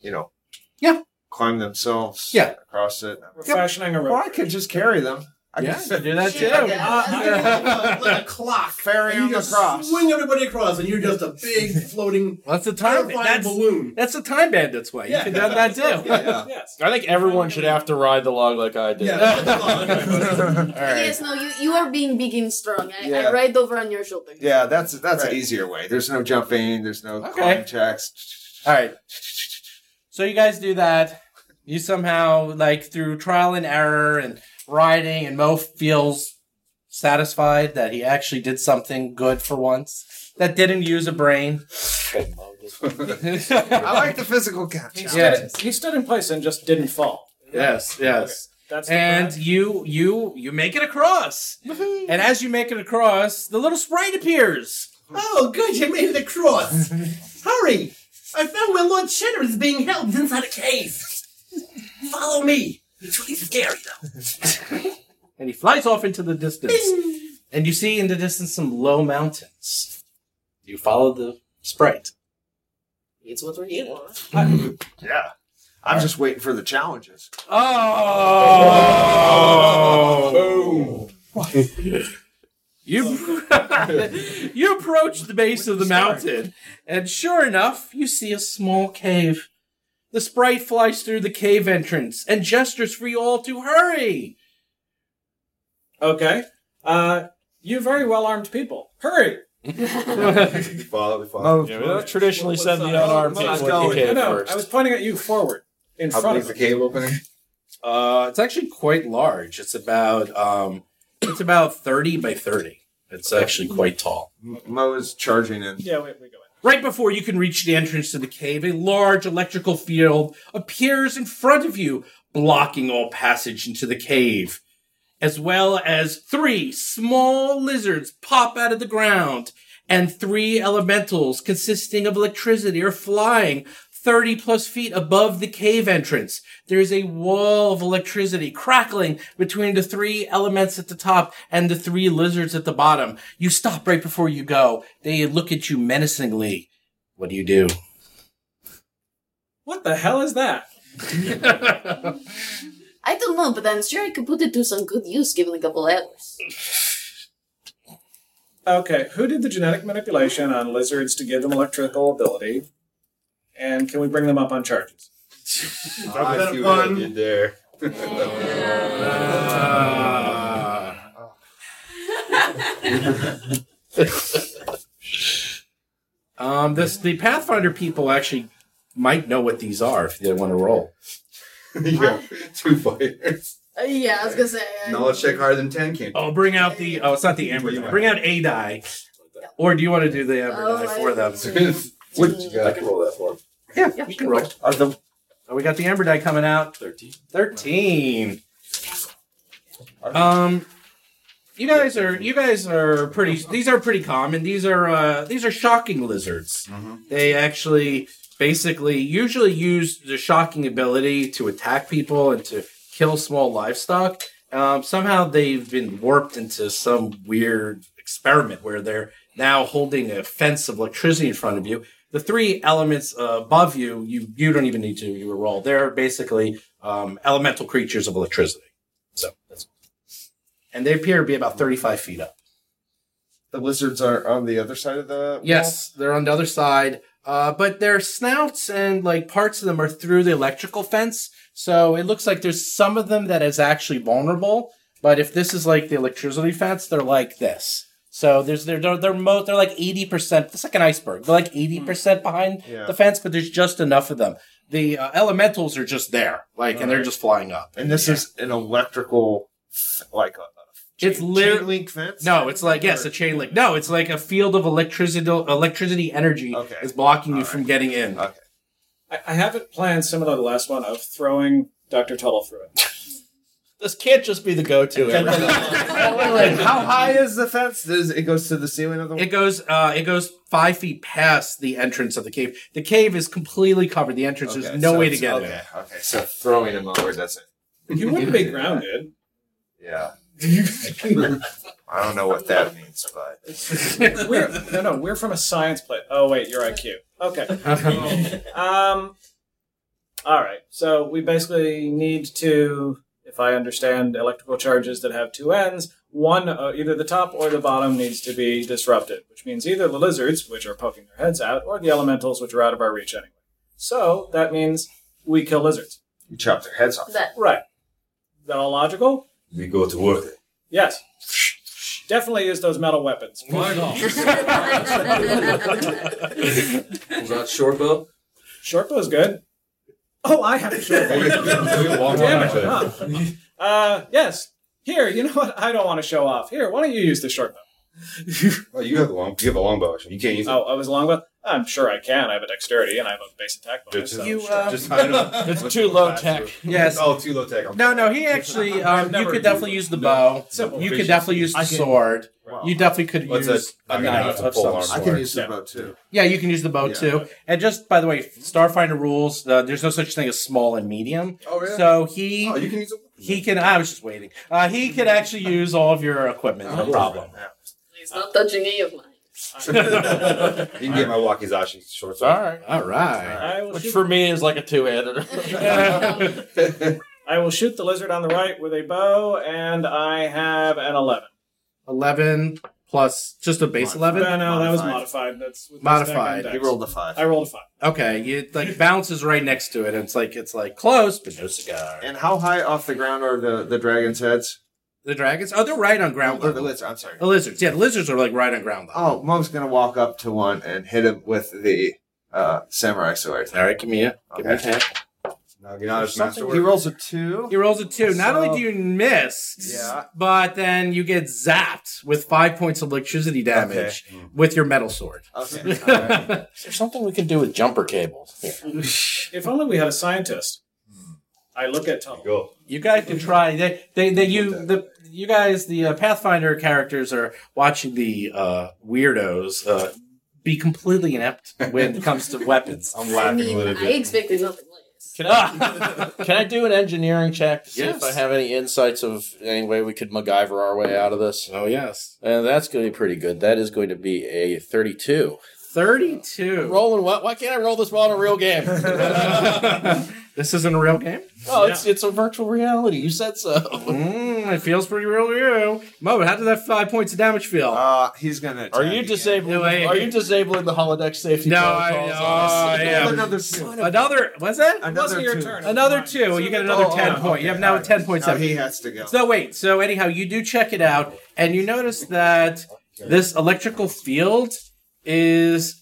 S4: you know,
S1: Yeah.
S4: climb themselves,
S1: Yeah.
S4: across it.
S3: We're
S1: Yep.
S3: fashioning a
S4: Or
S3: rope.
S4: I could just carry them. I
S1: Yeah,
S4: could
S1: you do that too.
S11: Uh, like a clock.
S4: ferry
S11: And
S4: them
S11: you just
S4: across.
S11: swing everybody across, and you're just a big floating
S1: Well, that's the time.
S11: terrifying
S1: That's
S11: balloon.
S1: that's the time bandits way.
S11: Yeah.
S1: You can do that too.
S4: Yeah, yeah.
S3: Yes.
S2: I think everyone should have to ride the log like I did.
S11: Yeah, that's a log.
S8: Yes, no, you, you are being big and strong. I,
S4: Yeah.
S8: I ride over on your shoulder.
S4: Yeah, that's that's
S1: Right.
S4: an easier way. There's no jumping. There's no
S1: Okay.
S4: climb checks.
S1: All right. So you guys do that. You somehow like through trial and error and riding, and Mo feels satisfied that he actually did something good for once that didn't use a brain.
S4: I like the physical catch.
S3: He,
S1: Yeah.
S3: stood, he stood in place and just didn't fall.
S1: Yes, yes.
S3: That's the
S1: And
S3: fact.
S1: you you you make it across. and as you make it across, the little sprite appears.
S11: Oh, good, you made it across. Hurry! I found where Lord Cheddar is being held He's inside a cave. Follow me. It's really scary, though.
S1: and he flies off into the distance. and you see in the distance some low mountains. You follow the sprite.
S11: It's what we're here for.
S4: Yeah, I'm just waiting for the challenges.
S1: Oh! You you approach the base of the mountain, and sure enough, you see a small cave. The sprite flies through the cave entrance and gestures for you all to hurry.
S3: Okay. Uh, you very well armed people. Hurry!
S7: Follow, we
S3: Move
S2: Yeah, we don't traditionally send the unarmed people
S3: Let's
S2: in the
S3: go.
S2: cave
S3: No, no,
S2: first.
S3: I was pointing at you forward, in
S2: How
S3: front
S2: big
S3: of
S2: is
S3: us.
S2: the cave
S7: opening?
S2: Uh, it's actually quite large. It's about um, it's about thirty by thirty. It's actually quite tall.
S4: Mo is charging in.
S3: Yeah, wait, wait.
S1: Right before you can reach the entrance to the cave, a large electrical field appears in front of you, blocking all passage into the cave, as well as three small lizards pop out of the ground and three elementals consisting of electricity are flying 30 plus feet above the cave entrance. There's a wall of electricity crackling between the three elements at the top and the three lizards at the bottom. You stop right before you go. They look at you menacingly. What do you do?
S3: What the hell is that?
S8: I don't know, but I'm sure I could put it to some good use given a couple hours.
S3: Okay, who did the genetic manipulation on lizards to give them electrical ability? And can we bring them up on charges?
S7: I see what I did there.
S1: Um, this the Pathfinder people actually might know what these are if they want to roll.
S7: yeah, two fighters.
S8: Uh, yeah, I was gonna say. uh,
S7: Knowledge check higher than ten can.
S1: Oh, bring out the. Oh, it's not the amber. die. Bring out a die, or do you want to do the amber
S8: Oh,
S1: die
S8: I
S1: for them?
S7: what you
S6: I can roll that for him.
S1: Yeah, you can roll. Are the- oh, we got the amber die coming out.
S6: Thirteen.
S1: Thirteen. Um, you guys are you guys are pretty. These are pretty common. These are uh, these are shocking lizards. They actually basically usually use the shocking ability to attack people and to kill small livestock. Um, somehow they've been warped into some weird experiment where they're now holding a fence of electricity in front of you. The three elements uh, above you, you you don't even need to you roll. They're basically um, elemental creatures of electricity. So that's and they appear to be about thirty five feet up.
S4: The lizards are on the other side of the.
S1: Yes, they're on the other side. Uh, but their snouts and like parts of them are through the electrical fence. So it looks like there's some of them that is actually vulnerable. But if this is like the electricity fence, they're like this. So there's they're they're they're, mo- they're like eighty percent. It's like an iceberg. They're like eighty percent behind
S4: Yeah.
S1: the fence, but there's just enough of them. The uh, elementals are just there, like, and they're
S4: Alright.
S1: just flying up.
S4: And this is an electrical, f- like a
S1: It's literally
S4: chain link fence.
S1: No, it's like yes, a chain link. No, it's like a field of electricity electricity energy is blocking you from getting in.
S4: Okay.
S3: I, I have it planned similar to the last one of throwing Dr. Tuttle through it.
S2: This can't just be the go-to.
S4: How high is the fence? Does it goes to the ceiling of the?
S1: It goes uh it goes five feet past the entrance of the cave. The cave is completely covered. The entrance
S4: Okay,
S1: there's no
S4: so
S1: way to
S4: it's-
S1: get
S4: okay,
S1: in.
S4: Okay, so throwing him over does it.
S3: You wouldn't be grounded.
S4: Yeah. I don't know what that means, but
S3: we're, no, no, we're from a science plate. Oh, wait, your IQ. Okay. um, all right. So we basically need to, if I understand, electrical charges that have two ends. One, uh, either the top or the bottom, needs to be disrupted, which means either the lizards, which are poking their heads out, or the elementals, which are out of our reach anyway. So that means we kill lizards.
S4: you chop their heads off.
S8: That
S3: Right. Is that all logical?
S7: We go to work.
S3: Yes. Definitely use those metal weapons. Why not?
S9: Was that short bow?
S3: Shortbow's good. Oh, I have a shortbow. Damn it. huh. Uh, yes. Here, you know what? I don't want to show off. Here, why don't you use the shortbow?
S7: Oh, you have a long. You have a longbow. Actually, you can't use it.
S3: Oh, I was longbow? I'm sure I can. I have a dexterity and I have a base attack bonus. so-
S1: You, uh,
S7: Just I know.
S2: It's too low tech.
S1: Yes.
S7: Oh, too low tech. I'm
S1: No, no, he actually um, you could definitely use the bow. You could definitely use the sword. You definitely could
S7: What's that?
S1: use
S7: I
S1: a
S7: mean,
S1: knife
S7: it's a
S1: of
S7: full
S1: some
S7: armor.
S1: sort.
S4: I can use the bow too.
S1: Yeah, you can use the bow
S4: Yeah.
S1: too. And just by the way, Starfinder rules. Uh, there's no such thing as small and medium.
S7: Oh, really?
S1: So he
S7: Oh, you can use a.
S1: he can. I was just waiting. Uh, he can actually use all of your equipment. No problem.
S8: He's not touching any of mine.
S7: You can get my wakizashi shorts.
S2: All right.
S1: All right.
S3: I will,
S2: Which
S3: shoot,
S2: for me is like a two-hander.
S3: I will shoot the lizard on the right with a bow, and I have an 11.
S1: 11 plus just a base 11?
S3: No, no, that was modified. That's with my stack on
S1: Modified.
S3: decks.
S4: five.
S3: I rolled a five.
S1: Okay, it like bounces right next to it, and it's like it's like close, but no cigar.
S4: And how high off the ground are the the dragon's heads?
S1: The dragons? Oh, they're right on ground
S4: level. the lizards. I'm sorry.
S1: The lizards. Yeah, the lizards are like right on ground level.
S4: Oh, mom's gonna walk up to one and hit him with the uh, samurai sword.
S1: All right, give me a give me a hit.
S4: No, you're not
S1: his masterwork.
S4: He rolls a two.
S1: He rolls a two. Not
S4: So-
S1: only do you miss,
S4: Yeah.
S1: but then you get zapped with five points of electricity damage
S4: Mm.
S1: with your metal sword.
S4: Okay.
S10: Is there something we can do with jumper cables?
S3: If only we had a scientist. I look at Tuttle.
S1: You guys can try. They, they, they you, the, you guys, the uh, Pathfinder characters are watching the uh, weirdos uh, be completely inept when it comes to weapons. I'm
S8: I mean, I expected nothing less.
S10: Can I, can I do an engineering check to see
S8: Yes.
S10: if I have any insights of any way we could MacGyver our way out of this?
S1: Oh, yes.
S10: And that's going to be pretty good. That is going to be a 32.
S1: 32.
S10: Rolling what? Why can't I roll this ball in a real game?
S1: this isn't a real game?
S10: Oh, it's, it's a virtual reality. You said so.
S1: Mm, it feels pretty real to you. Mo, how did that five points of damage feel?
S4: Uh, he's gonna.
S10: Are you disabling?
S1: wait.
S10: Are you disabling the holodeck safety?
S1: No, I,
S10: protocols on us?
S1: oh, yeah.
S4: Another
S1: Another, was that?
S4: Another
S1: Wasn't your
S4: two.
S1: turn. Another two. you get another
S4: Oh,
S1: ten
S4: oh,
S1: point.
S4: okay.
S1: You have now a ten point
S4: Now
S1: seven.
S4: he has to go.
S1: So wait. So anyhow, you do check it out, and you notice that this electrical field is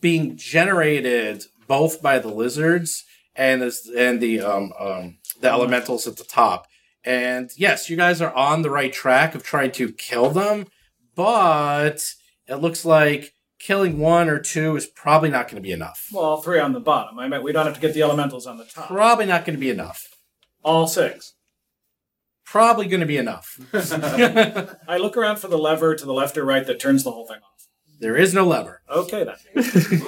S1: being generated both by the lizards and this, and the um, um the elementals at the top. And yes, you guys are on the right track of trying to kill them, but it looks like killing one or two is probably not going to be enough.
S3: Well, three on the bottom. I meant we don't have to get the elementals on the top.
S1: Probably not going to be enough.
S3: All six.
S1: Probably going to be enough.
S3: I look around for the lever to the left or right that turns the whole thing off.
S1: There is no lever.
S3: Okay then.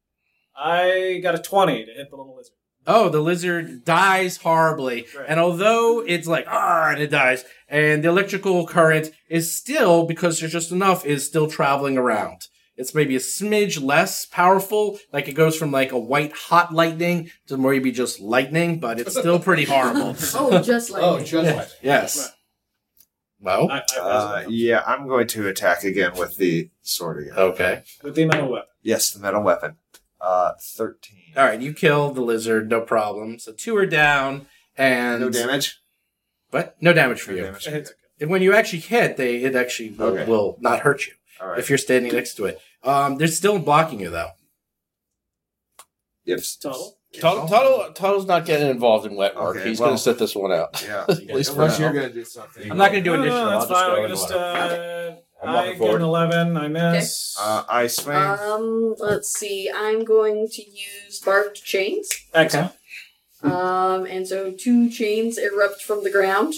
S3: I got a twenty to hit the little lizard.
S1: Oh, the lizard dies horribly. And although it's like, ah, and it dies, and the electrical current is still, because there's just enough, is still traveling around. It's maybe a smidge less powerful. Like it goes from like a white hot lightning to more maybe just lightning, but it's still pretty horrible.
S8: Oh, just like
S1: Oh, just like- Yes. Well,
S4: uh, yeah, I'm going to attack again with the sword again.
S1: Okay.
S3: With the metal weapon.
S4: Yes, the metal weapon. Uh, thirteen.
S1: All right, you kill the lizard, no problem. So two are down, and
S4: No damage?
S1: What? No damage for you.
S3: It's-
S1: And when you actually hit, they it actually will,
S4: Okay.
S1: will not hurt you
S4: All right.
S1: if you're standing next to it. Um, they're still blocking you though.
S4: Yep.
S3: Tuttle.
S10: Tuttle, Tuttle, Tuttle's not getting involved in wet work.
S4: Okay,
S10: He's
S4: well-
S10: going to sit this one out.
S4: Yeah.
S10: At least for
S4: Unless
S10: now.
S4: you're gonna do something.
S10: I'm not going to do
S3: No,
S10: an
S3: no,
S10: additional.
S3: that's
S10: I'll just
S3: Ah, fine.
S10: go
S3: I
S10: in
S3: just
S10: water.
S3: uh,
S10: I'm
S3: I
S10: walking
S3: get
S10: forward.
S3: an eleven. I miss.
S4: Uh, I swing.
S8: Um, let's see. I'm going to use barbed chains.
S3: Excellent.
S8: Um, and so two chains erupt from the ground.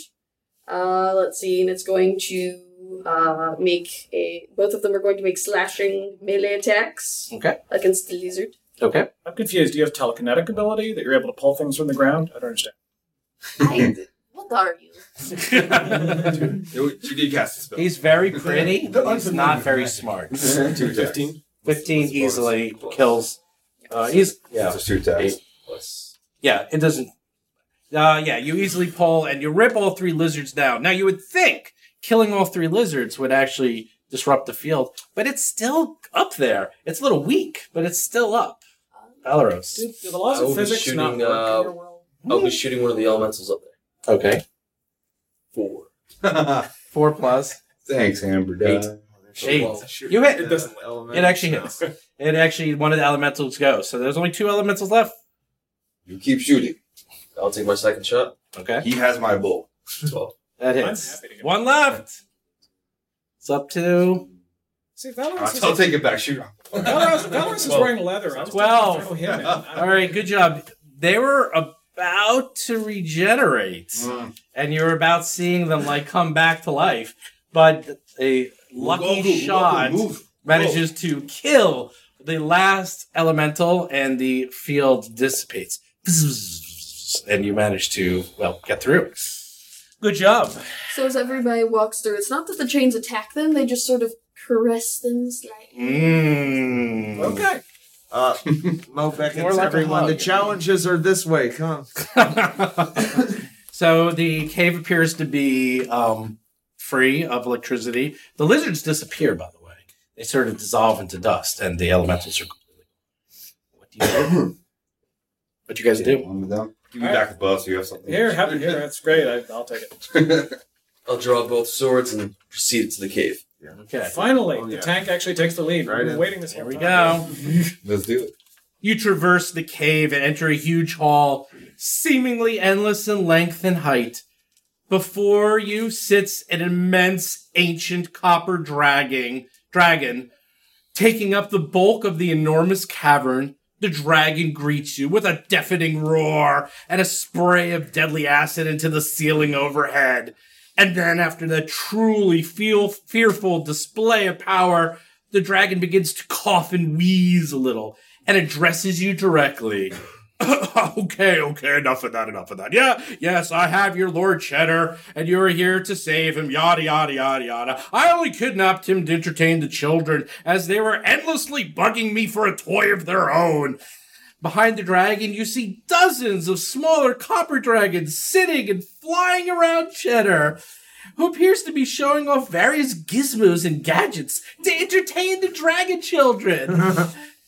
S8: Uh, let's see, and it's going to uh, make a. Both of them are going to make slashing melee attacks
S1: Okay.
S8: against the lizard.
S1: Okay.
S3: I'm confused. Do you have telekinetic ability that you're able to pull things from the ground? I don't understand.
S8: What are you?
S7: You did cast a spell.
S1: He's very pretty. he's not very smart.
S7: Two attacks.
S1: Fifteen. Fifteen easily kills. Uh, he's yeah.
S7: Just two attacks.
S1: Yeah, it doesn't. Uh, yeah, you easily pull and you rip all three lizards down. Now you would think killing all three lizards would actually disrupt the field, but it's still up there. It's a little weak, but it's still up. Alaros.
S3: Do, do the laws
S9: I will
S3: of
S9: be
S3: physics
S9: Oh, shooting,
S3: not work
S9: uh,
S3: in your world?
S9: I'll be shooting one of the elementals up there.
S1: Okay.
S9: Four.
S1: Four plus.
S7: Thanks, Amber.
S1: Eight.
S7: Dye.
S1: Eight. You hit. It, actually hits. It actually one of the elementals goes. So there's only two elementals left.
S7: You keep shooting.
S9: I'll take my second shot.
S1: Okay.
S7: He has my bull.
S9: Twelve.
S1: That hits. One left. It's up to
S3: See, Valorous
S7: I'll
S3: is,
S7: I'll take it back. Shoot.
S3: Valorous, Valorous is wearing leather. I was
S1: Twelve.
S3: thinking throw him in.
S1: All right, good job. They were about to regenerate, and you were about seeing them like come back to life, but a lucky
S11: Goku,
S1: shot
S11: Goku, move.
S1: manages to kill the last elemental, and the field dissipates. And you manage to well get through. Good job.
S8: So as everybody walks through, it's not that the chains attack them; they just sort of caress them slightly.
S1: Mm.
S4: Okay. Uh, Mo
S1: More
S4: beckons
S1: like a
S4: everyone. The
S1: hug.
S4: challenges are this way. Come.
S1: So the cave appears to be um, free of electricity. The lizards disappear, by the way. They sort of dissolve into dust, and the elementals are completely. What do you do? what you guys do?
S7: Give me back the bow so you have something.
S3: Here, have it here. That's great. I, I'll take it.
S9: I'll draw both swords and proceed to the cave.
S1: Okay.
S3: Finally,
S9: Oh,
S3: the
S9: yeah.
S3: tank actually takes the lead. We've been waiting this
S1: There
S3: whole
S1: we
S3: time.
S1: go.
S7: Let's do it.
S1: You traverse the cave and enter a huge hall, seemingly endless in length and height. Before you sits an immense ancient copper dragon, dragon taking up the bulk of the enormous cavern. The dragon greets you with a deafening roar and a spray of deadly acid into the ceiling overhead. And then, after the truly feel fearful display of power, the dragon begins to cough and wheeze a little and addresses you directly. okay, okay, enough of that, enough of that. Yeah, yes, I have your Lord Cheddar, and you are here to save him, yada, yada, yada, yada. I only kidnapped him to entertain the children, as they were endlessly bugging me for a toy of their own. Behind the dragon, you see dozens of smaller copper dragons sitting and flying around Cheddar, who appears to be showing off various gizmos and gadgets to entertain the dragon children.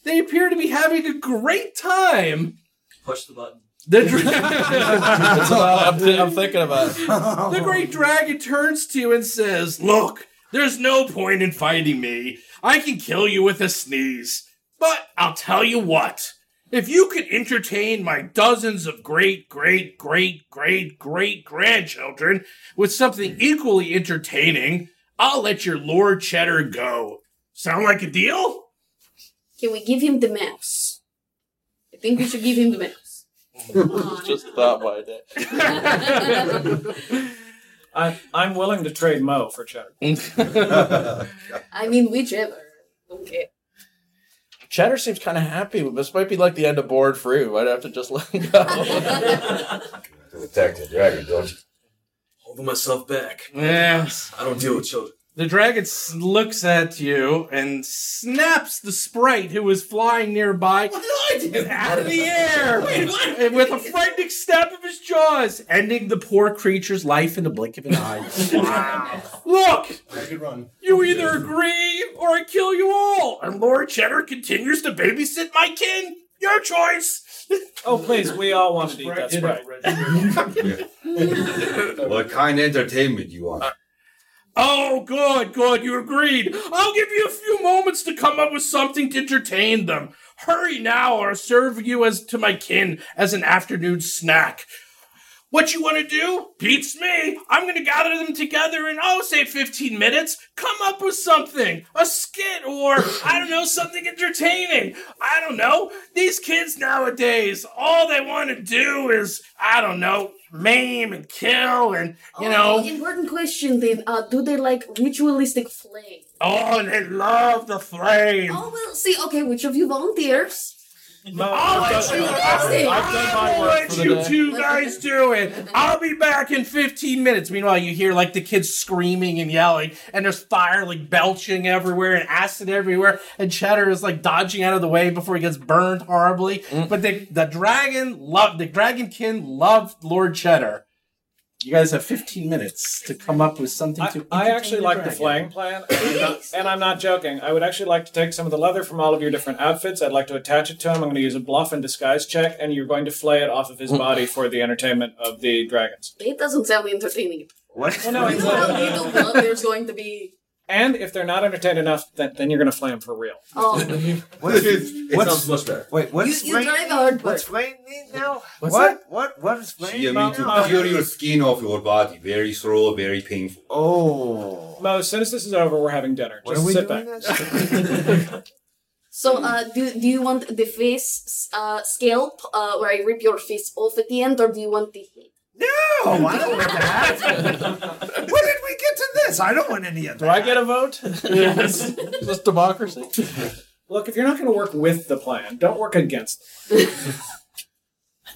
S1: they appear to be having a great time.
S9: Push the button.
S1: The dra-
S10: That's what I'm, thi- I'm thinking about.
S1: the great dragon turns to you and says, Look, there's no point in fighting me. I can kill you with a sneeze. But I'll tell you what. If you could entertain my dozens of great, great, great, great, great grandchildren with something equally entertaining, I'll let your Lord Cheddar go. Sound like a deal?
S8: Can we give him the mouse? I think we should give him the mouse.
S10: Just thought by that.
S3: I, I'm willing to trade Mo for cheddar.
S8: I mean, whichever. Okay.
S10: Cheddar seems kind of happy. but This might be like the end of Bored Fruit. I'd have to just let him go.
S9: Attack the dragon, don't you? Holding myself back.
S1: Yes.
S9: I don't deal with children.
S1: The dragon s- looks at you and snaps the sprite who was flying nearby out of the air and with a frightening snap of his jaws, ending the poor creature's life in the blink of an eye. Look, you either agree or I kill you all, and Lord Cheddar continues to babysit my kin. Your choice.
S3: Oh, please, we all wanted to eat that sprite.
S7: What kind of entertainment you want?
S1: Oh, good, good, you agreed. I'll give you a few moments to come up with something to entertain them. Hurry now, or I'll serve you as to my kin as an afternoon snack. What you want to do? Beats me. I'm going to gather them together in, oh, say 15 minutes. Come up with something. A skit or, I don't know, something entertaining. I don't know. These kids nowadays, all they want to do is, I don't know, maim and kill and, you know.
S8: Oh, important question then. Uh, do they like ritualistic flame?
S1: Oh, they love the flame.
S8: Oh, well, see, okay, which of you volunteers?
S1: I'll let you,
S8: I've
S1: I'll
S8: done my work
S1: let
S8: for
S1: you
S8: the day.
S1: two guys do it. I'll be back in 15 minutes. Meanwhile, you hear like the kids screaming and yelling, and there's fire like belching everywhere and acid everywhere. And Cheddar is like dodging out of the way before he gets burned horribly.
S3: Mm.
S1: But the, the dragon loved, the dragonkin loved Lord Cheddar. You guys have 15 minutes to come up with something
S3: I,
S1: to.
S3: I actually
S1: entertain
S3: like the flying
S1: dragon.
S3: plan, and I'm, not, and I'm not joking. I would actually like to take some of the leather from all of your different outfits. I'd like to attach it to him. I'm going to use a bluff and disguise check, and you're going to flay it off of his body for the entertainment of the dragons.
S8: It doesn't sound entertaining.
S3: What? Well, no,
S8: You
S3: it's
S8: know how
S3: not.
S8: little blood there's going to be.
S3: And if they're not entertained enough, then, then you're going to flay them for real.
S8: Oh,
S9: It sounds much better.
S4: Wait, what is
S8: you drive a hard
S4: What's
S8: part.
S4: flame mean now?
S7: What's
S4: what? What? What is flame
S7: She mean
S4: about
S7: to
S4: now?
S7: peel your skin off your body. Very slow, very painful.
S4: Oh.
S3: Mo, as soon as this is over, we're having dinner.
S7: What
S3: Just
S7: are we
S3: sit
S7: doing
S3: back.
S8: So, uh, do, do you want the face uh, scalp uh, where I rip your face off at the end, or do you want the head?
S11: Oh, I don't want that. Where did we get to this? I don't want any of that.
S3: Do I get a vote?
S11: Yes.
S3: Just democracy. Look, if you're not going to work with the plan, don't work against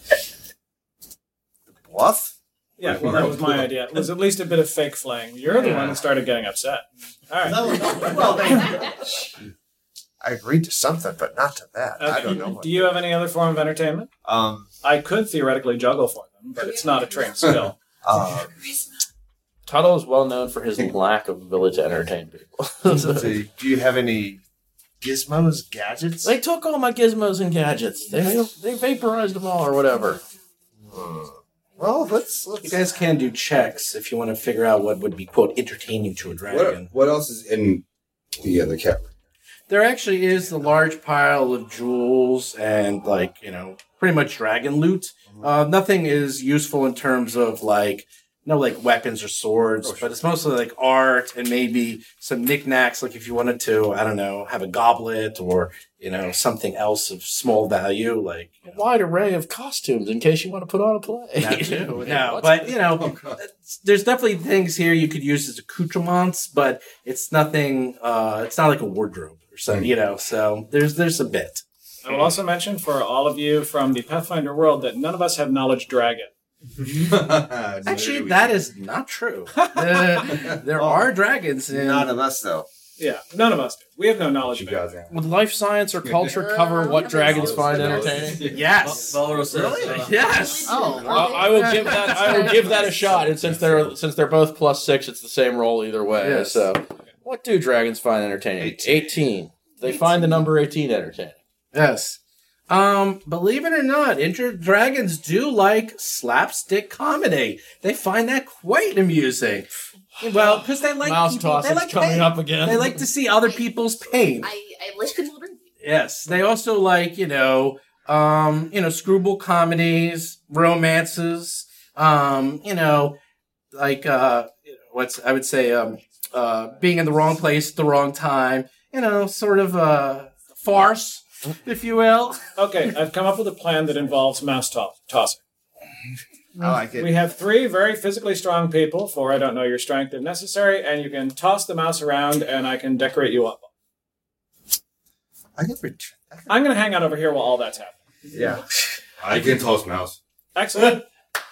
S3: the
S4: bluff.
S3: Yeah, well, that was my idea. It was at least a bit of fake flaying. You're the one that started getting upset. All right.
S4: well, I agreed to something, but not to that. I
S3: Okay.
S4: don't know. What.
S3: Do you have any other form of entertainment?
S4: Um, Uh,
S3: I could theoretically juggle for them, but it's not a trained skill.
S4: um,
S2: Tuttle is well known for his lack of ability to entertain people.
S4: do you have any gizmos, gadgets?
S2: They took all my gizmos and gadgets. They they vaporized them all or whatever.
S7: Hmm.
S4: Well, let's, let's
S1: You guys can do checks if you want to figure out what would be quote entertaining to a dragon.
S7: What, what else is in the other cavern?
S1: There actually is the large pile of jewels and like you know pretty much dragon loot.
S7: Hmm.
S1: Uh, nothing is useful in terms of like no like weapons or swords,
S7: Oh,
S1: but it's mostly like art and maybe some knickknacks. Like if you wanted to, I don't know, have a goblet or you know something else of small value, like
S2: A wide array of costumes in case you want to put on a play.
S1: That too. no, but you know, it's- there's definitely things here you could use as accoutrements, but it's nothing. Uh, it's not like a wardrobe or something, you know. So there's there's a bit.
S3: I will also mention for all of you from the Pathfinder world that none of us have knowledge dragon.
S1: Actually, that is not true. Uh, there are dragons. In,
S4: None of us though.
S3: Yeah, none of us do. We have no knowledge about it.
S2: Would life science or culture cover what dragons find entertaining?
S1: Yes.
S9: Really?
S1: Yes.
S8: Oh,
S2: I, I will give that. I will give that a shot. And since they're since they're both plus six, it's the same roll either way.
S1: Yes.
S2: So, what do dragons find entertaining? Eighteen. They find the number eighteen entertaining.
S1: Yes. Um, believe it or not, injured dragons do like slapstick comedy. They find that quite amusing. Well, because they like
S2: Mouse
S1: people,
S2: toss
S1: they
S2: is
S1: like
S2: coming
S1: pain.
S2: up again.
S1: They like to see other people's pain.
S8: I, I like people drink.
S1: Yes, they also like you know, um, you know, screwball comedies, romances, um, you know, like uh, what's I would say, um, uh, being in the wrong place at the wrong time, you know, sort of uh, farce, if you will.
S3: Okay, I've come up with a plan that involves mouse to- tossing.
S4: I like
S3: We
S4: it.
S3: have three very physically strong people, for I don't know your strength if necessary, and you can toss the mouse around and I can decorate you up.
S4: I can return.
S3: I'm going to hang out over here while all that's happening.
S4: Yeah,
S7: I can toss mouse.
S3: Excellent.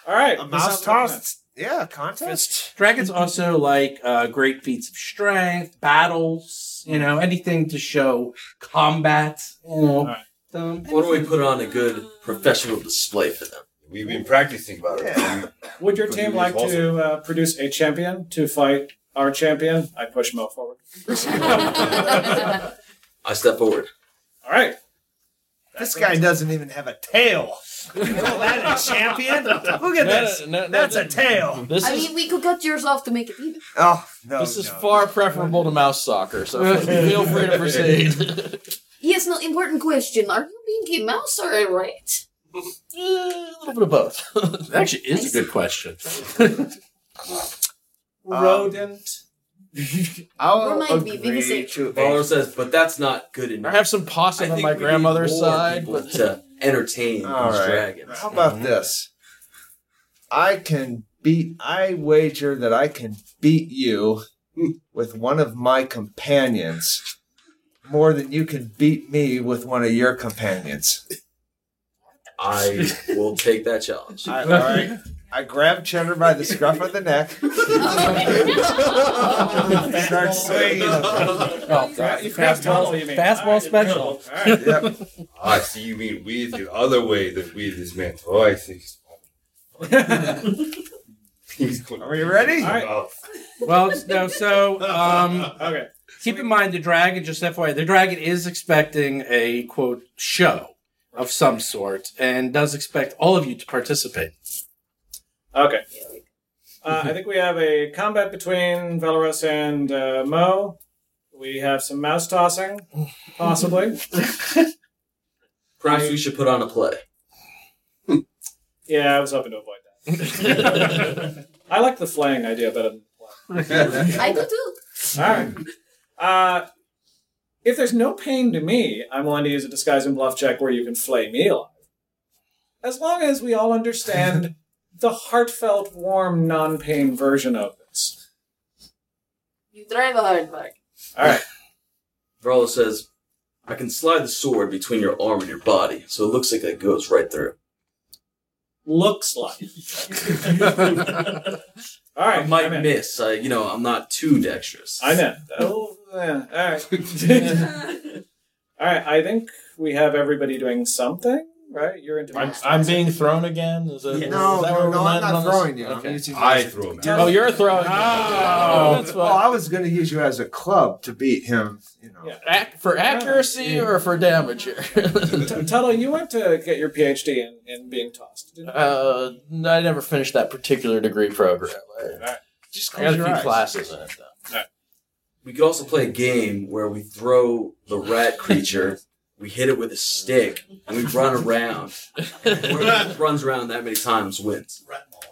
S3: All right.
S4: a
S3: that
S4: mouse
S3: sounds like a plan.
S4: tossed. Yeah, contest.
S1: Dragons also like uh, great feats of strength, battles,
S4: Hmm.
S1: you know, anything to show combat, you know.
S3: Alright.
S1: Um,
S9: Why don't we put on a good professional display for them?
S7: We've been practicing about it.
S3: Would your
S7: Could
S3: team
S7: use
S3: like
S7: also.
S3: to uh, produce a champion to fight our champion? I push Mo forward.
S9: I step forward.
S3: All right.
S4: This guy doesn't even have a tail. You call that a champion? Look at this.
S2: No, no, no,
S4: That's a
S2: this-
S4: tail.
S2: This
S8: I
S2: is
S8: mean, we could cut yours off to make it even.
S4: Oh no.
S2: this is
S4: no.
S2: far preferable to mouse soccer. So feel free to proceed.
S8: Yes, no, important question. Are you being a mouse or a rat?
S2: a little bit of both.
S1: that actually is a good question.
S4: Um,
S3: Rodent.
S8: Or
S4: I'll
S8: might be, we can
S4: agree
S8: say-
S4: to
S9: Baller says, but that's not good
S2: I
S9: enough.
S2: have some
S9: I
S2: possum on
S9: think
S2: my
S9: we need
S2: grandmother's
S9: more
S2: side,
S9: people
S2: but
S9: to entertain
S4: All
S9: these
S4: right.
S9: dragons.
S4: How about this? I can beat. I wager that I can beat you with one of my companions more than you can beat me with one of your companions.
S9: I will take that challenge.
S4: I, all right. I grab Cheddar by the scruff of the neck. Start swinging. him.
S3: you cast Tuttle, you mean.
S1: fastball
S3: All right,
S1: special.
S3: cool. All right.
S4: Yep.
S7: I see you mean we the other way that we this man. Oh, I see. He's going
S4: Are we ready?
S3: All right.
S1: well, no, so um,
S3: Okay.
S1: keep in mind the dragon, just FYI, the dragon is expecting a quote show of some sort and does expect all of you to participate.
S3: Okay. Uh, I think we have a combat between Valoros and uh, Mo. We have some mouse tossing, possibly.
S9: Perhaps we should put on a play.
S3: yeah, I was hoping to avoid that. I like the flaying idea better than the play.
S8: I do too.
S3: All right. Uh, if there's no pain to me, I'm willing to use a disguise and bluff check where you can flay me alive. As long as we all understand the heartfelt, warm, non pain version of this.
S8: You drive a hard bargain.
S3: All right.
S9: Varla says, I can slide the sword between your arm and your body, so it looks like it goes right through.
S3: Looks like. all right.
S9: I might
S3: I'm in.
S9: miss. I, you know, I'm not too dexterous.
S3: I'm in. Oh, yeah. All right. all right. I think we have everybody doing something. right? You're into.
S10: I'm, I'm being thrown again. Is that,
S3: No,
S10: is that where we're
S3: no, no, I'm
S10: landing
S3: not
S10: on this?
S3: throwing you. I'm
S10: Okay.
S3: using
S7: I threw him.
S10: Oh, you're throwing.
S4: Oh,
S10: that's
S4: well, I was going to use you as a club to beat him. You know,
S10: Ac- for accuracy or for damage here?
S3: Tuttle, you went to get your PhD in, in being tossed. Didn't you?
S10: Uh, I never finished that particular degree program. I,
S3: Just
S10: I got a
S9: close your
S10: few
S9: eyes.
S10: classes in it though.
S9: We could also play a game where we throw the rat creature, we hit it with a stick, and we run around. Whoever runs around that many times wins.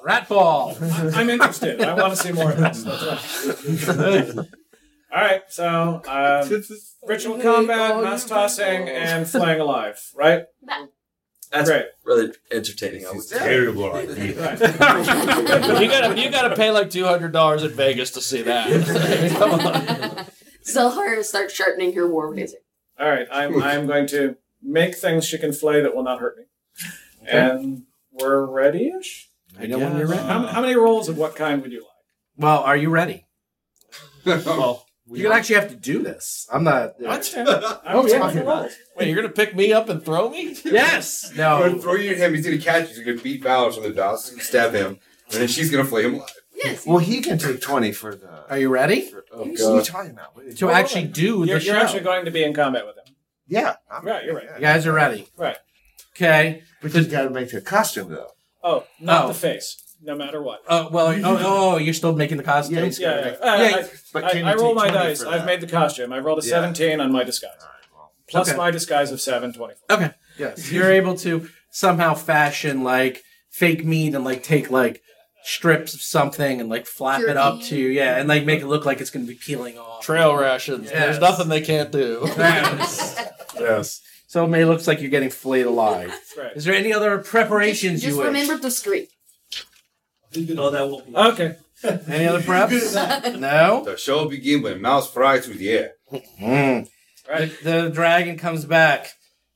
S1: Rat ball.
S3: I'm interested. I want to see more of this. That's right. All right, so um, ritual combat, mass tossing, and flying alive. Right?
S9: That's
S3: Great.
S9: really entertaining. I would say.
S7: terrible
S10: you gotta you gotta pay like two hundred dollars in Vegas to see that. Come on.
S8: Zelhar starts sharpening her war razor.
S3: All right, I'm I'm going to make things she can flay that will not hurt me,
S10: Okay.
S3: and we're ready-ish.
S1: I know when you're ready.
S3: How, how many rolls of what kind would you like?
S1: Well, are you ready? well, you're gonna actually have to do this. I'm not.
S4: Oh,
S3: I'm
S1: talking about it.
S7: Wait, you're gonna pick me up and throw me?
S1: Yes. No.
S7: I'm gonna throw you at him. He's gonna catch you. He's gonna beat Valor from the dust and stab him, and then she's gonna flay him alive.
S8: Yes.
S4: Well, he can take twenty for the.
S1: Are you ready?
S4: Oh,
S7: What
S4: God. are you talking about? What are you-
S1: To actually do
S3: You're,
S1: the
S3: you're
S1: show.
S3: actually going to be in combat with him.
S4: Yeah,
S3: Right, you're right.
S1: You guys are ready.
S3: Right.
S1: Okay.
S4: But you got to make a costume though.
S3: Oh, not
S1: Oh.
S3: the face, no matter what.
S1: Uh, well, oh, oh, you're still making the costume.
S3: Yeah, yeah. Uh, I-
S4: but
S3: I,
S4: can
S3: I
S4: you
S3: roll
S4: take
S3: my
S4: 20
S3: dice.
S4: for
S3: I've
S4: that?
S3: made the costume. I rolled a
S1: Yeah.
S3: 17 on my disguise. Plus
S1: Okay.
S3: my disguise of 7, 24.
S1: Okay. Yes. You're able to somehow fashion like fake meat and like take like strips of something and like flap it up to yeah and like make it look like it's going to be peeling off.
S10: Trail rations. There's
S1: Yes.
S10: nothing they can't do.
S1: yes. So it may looks like you're getting flayed alive.
S3: right.
S1: Is there any other preparations
S8: Just
S1: you wish?
S8: remember to scream.
S9: Oh, that won't be.
S3: Okay.
S1: Any other preps? no.
S7: The show begins when mouse fly through the air.
S4: Mm-hmm.
S1: The, the dragon comes back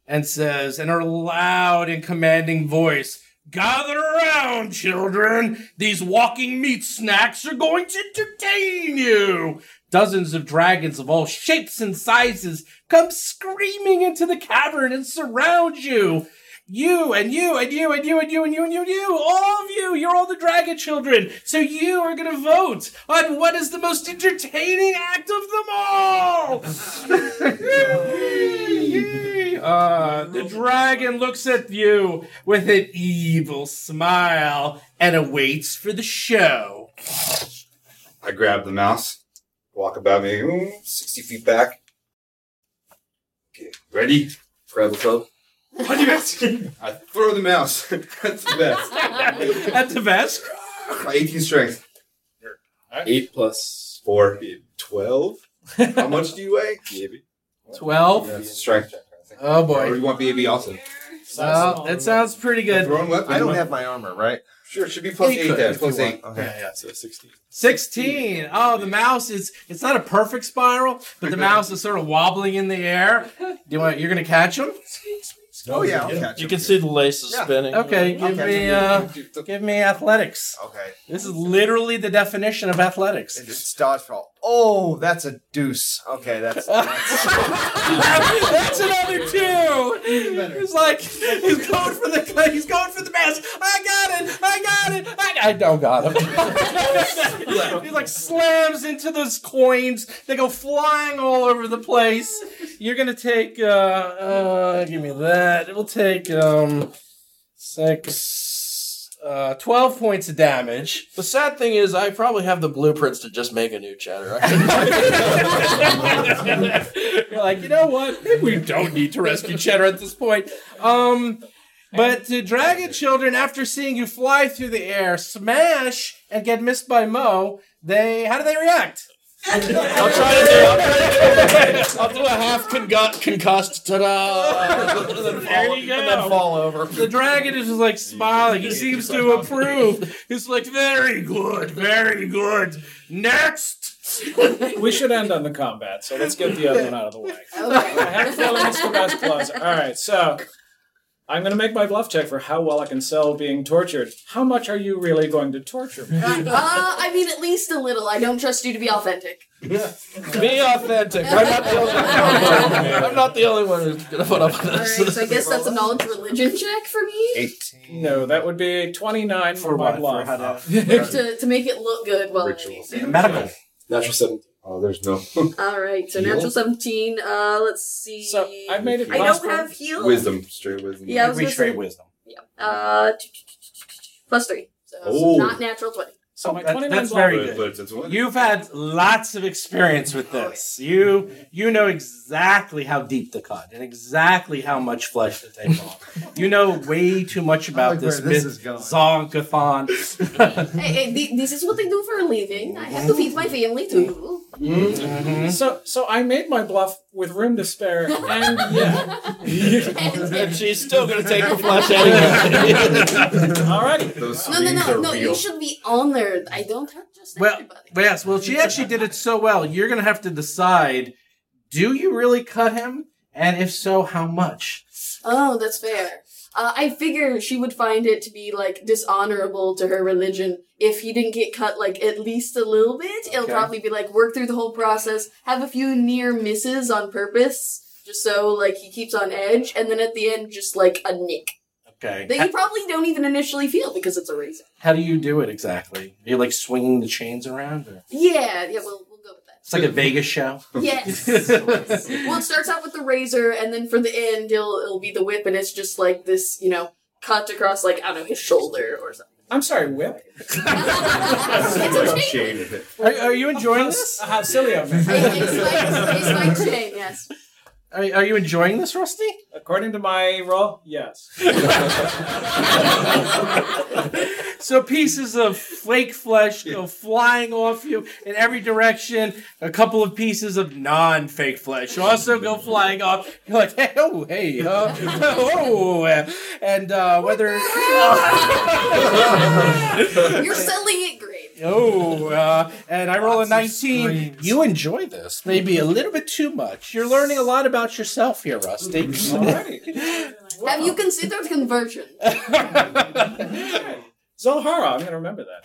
S1: and says, in her loud and commanding voice, Gather around, children! These walking meat snacks are going to entertain you! Dozens of dragons of all shapes and sizes come screaming into the cavern and surround you! You and you and you and you and you and you and you and you, all of you, you're all the dragon children. So you are going to vote on what is the most entertaining act of them all. Uh, the dragon looks at you with an evil smile and awaits for the show.
S7: I grab the mouse, walk about me ooh, sixty feet back. Okay, ready?
S9: Grab a club.
S7: What do you ask? I throw the mouse. That's the best.
S1: That's the best.
S7: My 18 strength.
S6: Eight plus
S7: four, twelve. How much do you weigh? Maybe.
S1: 12?
S7: Strength check.
S1: Oh, boy.
S7: Or you want BAB also?
S1: Well, that sounds pretty good.
S7: Thrown weapon.
S4: I don't have my armor, right?
S7: Sure, it should be plus
S1: He
S7: eight
S1: could,
S7: then.
S1: if
S7: Plus
S1: you
S7: eight.
S4: Okay.
S6: Yeah, so 16.
S1: 16. Oh, the mouse is, it's not a perfect spiral, but the mouse is sort of wobbling in the air. Do you want, you're going to catch him?
S4: Oh yeah, I'll catch
S10: You
S4: him.
S10: can see the laces
S4: Yeah.
S10: spinning.
S1: Okay, give
S4: Okay.
S1: me, uh, give me athletics.
S4: Okay.
S1: This is literally the definition of athletics.
S4: And It's dodgeball. Oh, that's a deuce. Okay, that's.
S1: That's another two. He's like, he's going for the, he's going for the mask. I got it. I got it. I, I don't got him. he like slams into those coins. They go flying all over the place. You're gonna take. uh uh Give me that. It will take um six. Uh, 12 points of damage.
S10: The sad thing is, I probably have the blueprints to just make a new chatter. I can-
S1: You're like, you know what? Maybe we don't need to rescue Cheddar at this point. Um, but the dragon children, after seeing you fly through the air, smash and get missed by Mo, they how do they react?
S10: I'll try to do. I'll, try to do, I'll do a half congu- concussed. Ta-da! And then fall,
S1: you go.
S10: And then fall over.
S1: The dragon is just like smiling. He seems to approve. He's like, very good, very good. Next.
S3: We should end on the combat, so let's get the other one out of the way. I have a feeling it's the best closer. All right, so I'm going to make my bluff check for how well I can sell being tortured. How much are you really going to torture me?
S8: uh, I mean, at least a little. I don't trust you to be authentic.
S10: Be authentic. I'm not the only one. I'm not the only one who's gonna put up with
S8: All right,
S10: this.
S8: so I guess that's a knowledge religion check for me
S3: 18. No, that would be 29 for, my bluff.
S8: to, to make it look good. Well,
S6: Medical. Natural 17. Oh, there's no.
S8: all right. So
S6: Heal?
S8: natural seventeen. Uh, let's see. So I've
S3: made
S6: it
S8: I don't
S6: possible.
S8: have heal.
S7: Wisdom, straight wisdom.
S8: Yeah, I was
S6: We
S8: gonna
S6: trade
S8: say-
S6: wisdom.
S8: Yeah. Uh, t- t- t- t- t- plus three. So, so
S6: Oh.
S8: not natural twenty.
S3: So
S8: my
S1: That- that's very
S7: But- but it's
S1: good. You've had lots of experience
S8: Oh,
S1: with this. You you know exactly how deep to cut and exactly how much flesh to take off. You know way too much about
S8: like
S1: this.
S8: where this
S1: myth-
S8: is going.
S1: Zonkathon.
S8: hey, hey, th- this is what they do for a living. I have to feed my family too.
S3: Mm-hmm. So, so I made my bluff with room to spare, and yeah,
S10: and she's still gonna take her flush anyway.
S3: Alrighty.
S8: No, no, no, no. You should be honored. I don't have just
S1: Well, well, yes. Well, she actually did it so well. You're going to have to decide: Do you really cut him? And if so, how much?
S8: Oh, that's fair. Uh, I figure she would find it to be like dishonorable to her religion if he didn't get cut like at least a little bit. It'll
S1: Okay.
S8: probably be like work through the whole process, have a few near misses on purpose, just so like he keeps on edge, and then at the end just like a nick
S1: Okay.
S8: that you probably don't even initially feel because it's a razor.
S1: How do you do it exactly? Are you like swinging the chains around? Or?
S8: Yeah, yeah. Well,
S1: It's like a Vegas show.
S8: Yes. well, it starts out with the razor, and then for the end, it'll it'll be the whip, and it's just like this, you know, cut across like I don't know his shoulder or something.
S3: I'm sorry, whip.
S8: it's
S1: Are, are you enjoying this?
S3: How silly of me.
S8: like chain, yes.
S1: Are, are you enjoying this, Rusty?
S3: According to my roll, yes.
S1: So pieces of flake flesh go flying off you in every direction. A couple of pieces of non-fake flesh also go flying off. You're like, hey, oh, hey, uh, oh, uh, and uh, whether
S8: You're selling it great.
S1: oh, uh, and I roll a nineteen. You enjoy this, maybe a little bit too much. You're learning a lot about yourself here, Rusty.
S8: Have you considered conversion?
S3: Zohara, I'm going to remember that.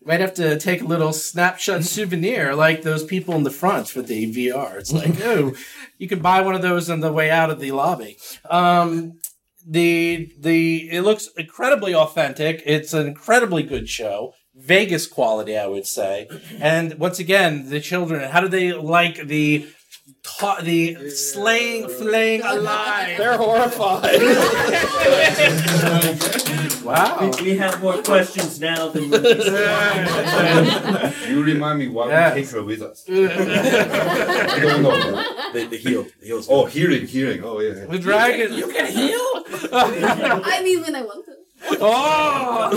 S1: Might have to take a little snapshot souvenir, like those people in the front for the VR. It's like, oh, you can buy one of those on the way out of the lobby. Um, the the it looks incredibly authentic. It's an incredibly good show, Vegas quality, I would say. And once again, the children. How do they like the ta- the slaying, flaying alive? They're horrified. Wow.
S13: We, we have more questions now than we
S7: You remind me why we take her with us.
S9: The, the heel. The heel's
S7: oh, hearing, hearing. Oh, yeah.
S1: The dragon.
S7: You
S1: can
S8: heal? I mean, when I want to.
S1: Oh!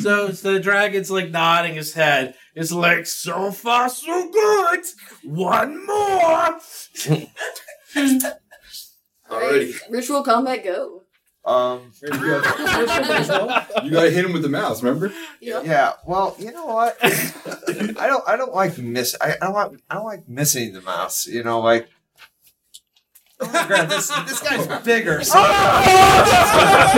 S1: so, so the dragon's like nodding his head. It's like, so far, so good. One
S4: Oh
S1: more.
S7: Alrighty.
S8: Ritual combat, go.
S7: Um, you gotta, you gotta hit him with the mouse, remember?
S8: Yeah.
S4: Well, you know what? I don't. I don't like miss. I, I don't like. I don't like missing the mouse. You know, like. Oh my God, this, this guy's bigger. So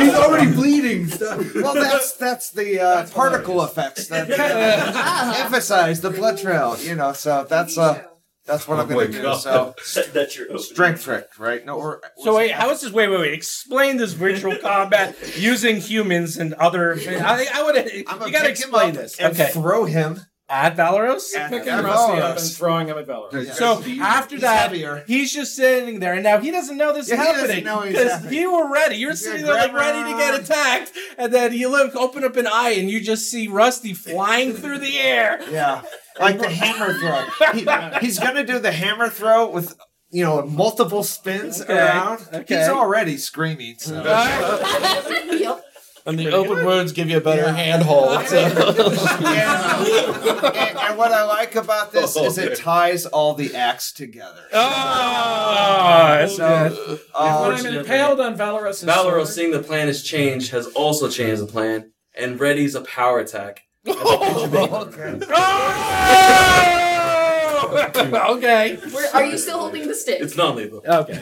S7: He's already bleeding.
S4: well, that's that's the uh, particle effects that uh, emphasize the blood trail. You know, so that's uh, that's what I'm
S7: Oh my
S4: going to do.
S7: God.
S4: So
S13: that's your opening.
S4: strength trick, right? No, or
S1: So wait, how is this? Wait, wait, wait. Explain this virtual combat using humans and other. I think I would. You gotta explain this.
S4: and
S1: Okay.
S4: throw him.
S1: At Valeros.
S3: Picking Rusty up and throwing him at Valorous.
S1: So after
S4: He's
S1: that,
S4: heavier.
S1: he's just sitting there, and now he doesn't know this
S4: Yeah,
S1: is
S4: he doesn't
S1: happening
S4: know he's happening.
S1: you were ready. You're
S4: He's
S1: sitting there
S4: gonna
S1: like
S4: grab
S1: ready to get
S4: around.
S1: attacked, and then you look, open up an eye, and you just see Rusty flying through the air.
S4: Yeah, like the hammer throw. He- he's gonna do the hammer throw with you know multiple spins
S1: Okay,
S4: around.
S1: okay.
S4: He's already screaming. So.
S8: Yep.
S10: And the open wounds give you a better handhold.
S4: and, and what I like about this is it ties all the acts together.
S1: Oh,
S4: So,
S9: Oh,
S4: uh,
S3: when I'm impaled on Valorous'
S9: Valero,
S3: sword-
S9: seeing the plan has changed, has also changed the plan and readies a power attack.
S1: okay.
S8: Where, are you still holding the stick?
S9: It's not lethal.
S1: Okay.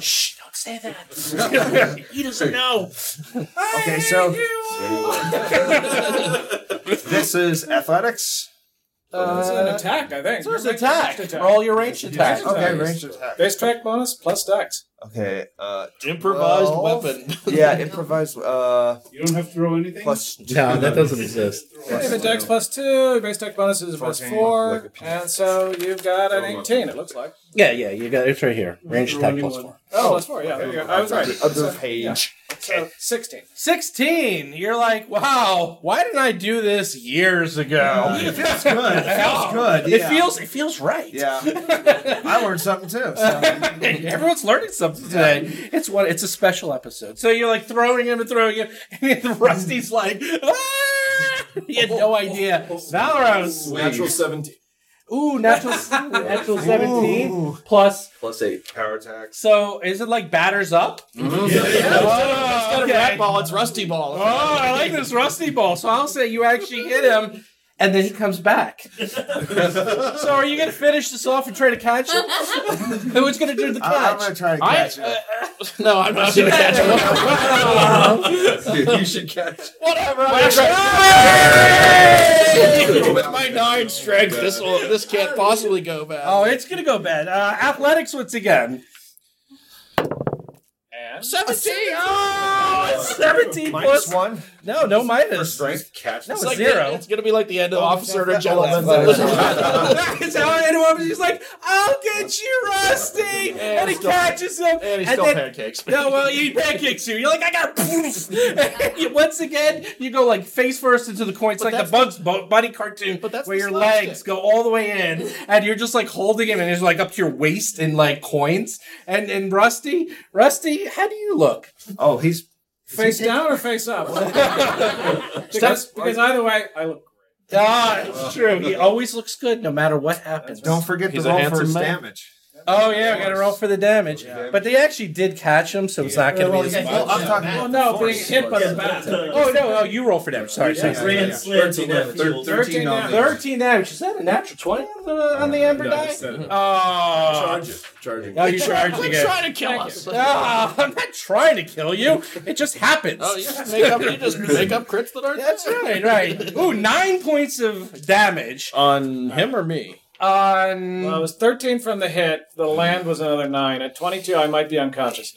S1: Shh, don't say that. he doesn't know.
S4: Okay, so this is athletics.
S3: Uh, it's an attack, I think.
S1: so it's
S3: Your ranged
S1: attack. Roll your ranged attack.
S4: Okay, ranged attack.
S3: Base attack bonus plus dex.
S4: Okay, uh,
S3: Improvised
S4: weapon. yeah, improvised. Uh,
S3: You don't have to roll anything.
S4: plus
S2: No, that doesn't exist.
S3: Okay, the dex plus two, base deck bonus is plus four, and so you've got an 18, it looks like.
S2: Yeah, yeah, you got it's right here. Range attack plus four.
S3: Oh, plus four, yeah, there you go. I was right.
S4: Other
S3: So,
S4: page.
S3: so 16.
S1: 16. You're like, wow, why didn't I do this years ago?
S3: It
S4: feels good. It feels good,
S1: It
S4: yeah.
S1: feels it feels right.
S4: Yeah. I learned something too. So.
S1: Everyone's learning something today. It's one it's a special episode. So you're like throwing him and throwing him, and then Rusty's like, ah! He had no idea. Valoros.
S6: Natural 17.
S1: Ooh, natural natural 17 plus
S9: Plus eight.
S7: Power attack.
S1: So is it like batters up?
S2: Mm-hmm. Instead of rat ball, it's rusty ball.
S1: Oh, I like this rusty ball. So I'll say you actually hit him, and then he comes back. so are you going to finish this off and try to catch him? Who's going to do the catch?
S4: I- I'm gonna try to catch
S1: I-
S2: No, I'm not gonna catch
S7: you should catch.
S2: Whatever. With my nine strength, this will this can't possibly go bad.
S1: oh, it's going to go bad. Uh, athletics once again.
S2: Seventeen. Oh, it's
S1: 17 plus
S4: one.
S1: No, no minus.
S7: strength catch.
S1: No,
S2: It's
S1: it's
S2: like
S1: zero. Oh,
S2: The, it's gonna be like the end of Officer and Gentleman.
S1: That's how I interrupted. He's like, "I'll get you, Rusty," and,
S2: And
S1: he
S2: still-
S1: catches him.
S2: and he still
S1: then-
S2: pancakes me.
S1: No, well, he pancakes you. You're like, "I got." you Once again, you go like face first into the coin. It's like the Bugs Bu- Bunny cartoon, but that's where your legs go all the way in, and you're just like holding him, and it's like up to your waist in like coins. And and Rusty, Rusty, how do you look?
S4: Oh, he's
S3: Face down or face up? because, because either way, I look.
S1: Ah, it's true. He always looks good no matter what happens.
S4: Don't forget
S2: Uh, He's
S4: to
S2: a
S4: roll
S2: handsome
S4: for his
S2: man.
S4: damage.
S1: Oh yeah, I gotta roll for the damage.
S4: Yeah.
S1: But they actually did catch him, so it's not gonna
S4: Well,
S1: be as
S4: yeah, I'm
S1: much.
S4: talking
S3: Oh, Well,
S4: about
S3: no,
S4: force.
S3: being hit by the bat.
S1: Oh no, oh you roll for damage. Sorry, sorry.
S4: Yeah.
S13: Grand slam to
S9: 13
S13: left
S9: thir-
S13: field.
S7: 13 on the.
S1: Thirteen damage. Is that a natural twenty on
S11: Uh,
S1: the on the amber die? Oh,
S6: Charge it. Charging.
S1: oh, you charged
S2: Quit
S1: again.
S2: trying to kill us.
S1: Ah, I'm not trying to kill you. It just happens.
S2: Oh, you just make up. You just make up crits that aren't.
S1: That's right, right. Ooh, nine points of damage
S10: On him or me?
S1: on.
S3: Well, I was 13 from the hit. The land was another 9. At 22, I might be unconscious.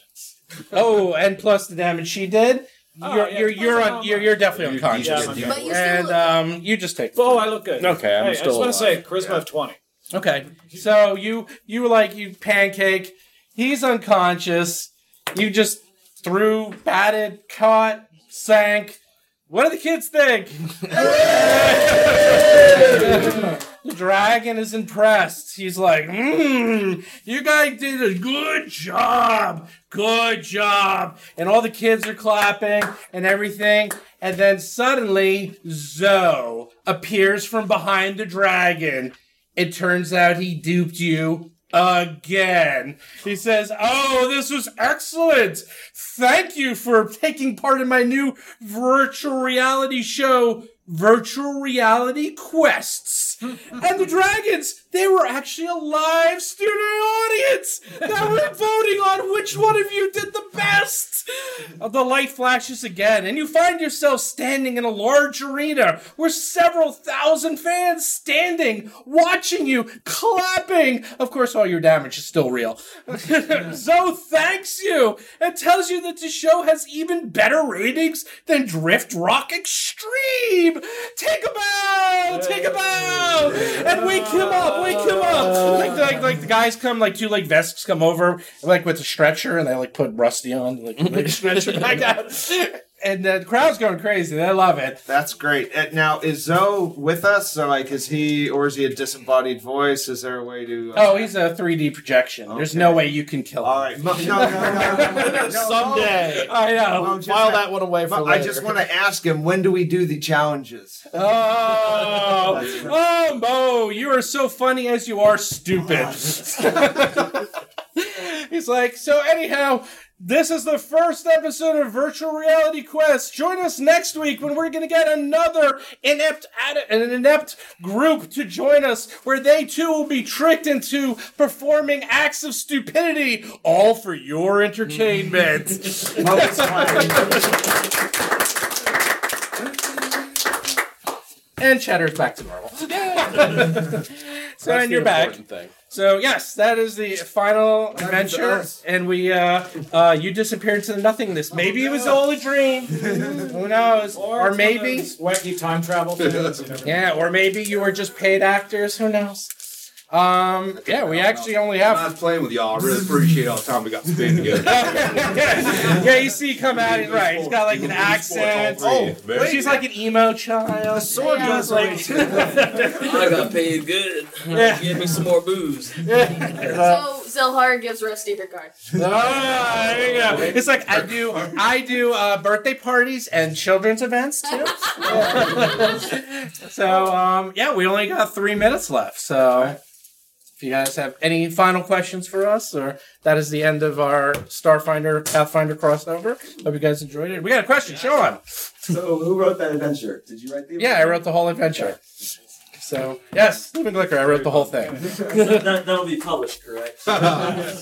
S1: Oh, and plus the damage she did.
S3: Oh,
S1: You're
S3: yeah,
S1: you're
S3: plus the
S1: you're on
S3: combo.
S1: you're, you're definitely
S7: you
S1: unconscious.
S7: just-
S8: But you still
S1: And
S8: look-
S1: um, you just take.
S3: Oh, I look good.
S10: Okay, I'm
S3: Hey,
S10: still
S3: I
S10: alive.
S3: just want to say, charisma of 20.
S1: Okay. So you you were like you pancake. He's unconscious. You just threw, batted, caught, sank. What do the kids think? the dragon is impressed. He's like, mmm, you guys did a good job. Good job. And all the kids are clapping and everything. And then suddenly, Zoe appears from behind the dragon. It turns out he duped you again. He says, Oh, this was excellent. Thank you for taking part in my new virtual reality show, Virtual Reality Quests. and the dragons, they were actually a live studio audience that were voting on which one of you did the best. The light flashes again, and you find yourself standing in a large arena where several thousand fans standing, watching you, clapping. Of course, all your damage is still real. Zoe thanks you and tells you that the show has even better ratings than Drift Rock Extreme. Take a bow! Take a bow! And wake him up! Wake him up! Like the, like, like the guys come, like two like vests come over, like with a stretcher, and they like put Rusty on, like, like stretcher back out. And the crowd's going crazy. They love it.
S4: That's great. And now, is Zoe with us? So, like, is he or is he a disembodied voice? Is there a way to? uh,
S1: Oh, he's a 3D projection. There's no
S4: Okay.
S1: way you can kill him.
S4: all right. Mo- No, no, no, no, no, no, no.
S2: Someday.
S1: I know.
S4: Mo, just- uh,
S2: File that one away for
S4: Mo,
S2: later.
S4: I just want to ask him when do we do the challenges?
S1: Oh, oh, Mo, you are so funny as you are stupid. He's like, so anyhow,
S3: This is the first episode of Virtual Reality Quest. Join us next week when we're going to get another inept ad- an inept group to join us, where they too will be tricked into performing acts of stupidity, all for your entertainment. and Chatter's back to normal. so
S6: That's
S3: and
S6: the
S3: you're back.
S6: important thing.
S3: So yes, that is the final adventure, and we uh, uh, you disappeared into
S14: Oh,
S3: nothingness. Maybe it was all a dream. Who knows? Or,
S14: it's one of
S3: maybe
S14: those wacky time travel things. you never know.
S3: yeah, or maybe you were just paid actors. Who knows? Um, yeah, we actually only have.
S7: I was playing with y'all. I really appreciate all the time we got to spend together.
S3: yeah, you see, come at it right. He's got like an accent.
S7: all three.
S3: Oh, she's like an emo child. The sword
S15: goes
S3: like.
S9: I got paid good. Give me some more booze.
S14: Uh,
S8: So Zelhar gives Rusty her card.
S3: Ah, there you go. It's like I do. I do uh, birthday parties and children's events too. so um, yeah, we only got three minutes left. So if you guys have any final questions for us, or that is the end of our Starfinder Pathfinder crossover. Hope you guys enjoyed it. We got a question, Sean.
S4: So who wrote that adventure? Did you write the?
S3: Yeah, I wrote the whole adventure. So yes, Living Glicker, I wrote the whole thing.
S4: that, that'll be published, correct?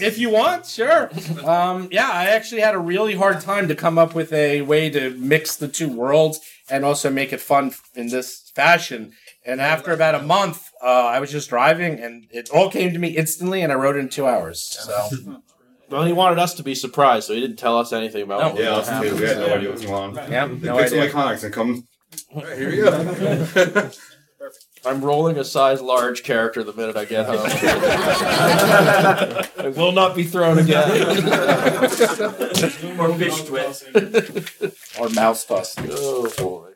S3: if you want, sure. Um, yeah, I actually had a really hard time to come up with a way to mix the two worlds and also make it fun in this fashion. And after about a month, uh, I was just driving, and it all came to me instantly, and I wrote it in two hours. So.
S2: Well, he wanted us to be surprised, so he didn't tell us anything about
S7: Yeah,
S2: what
S7: us too.
S2: happened.
S7: We had no idea what's going on.
S2: Yeah,
S7: They
S2: no
S7: picked some
S2: idea.
S7: iconics and come. here you go.
S2: I'm rolling a size large character the minute I get home. I will not be thrown again.
S4: More fish twist.
S2: or mouse bust. Oh boy.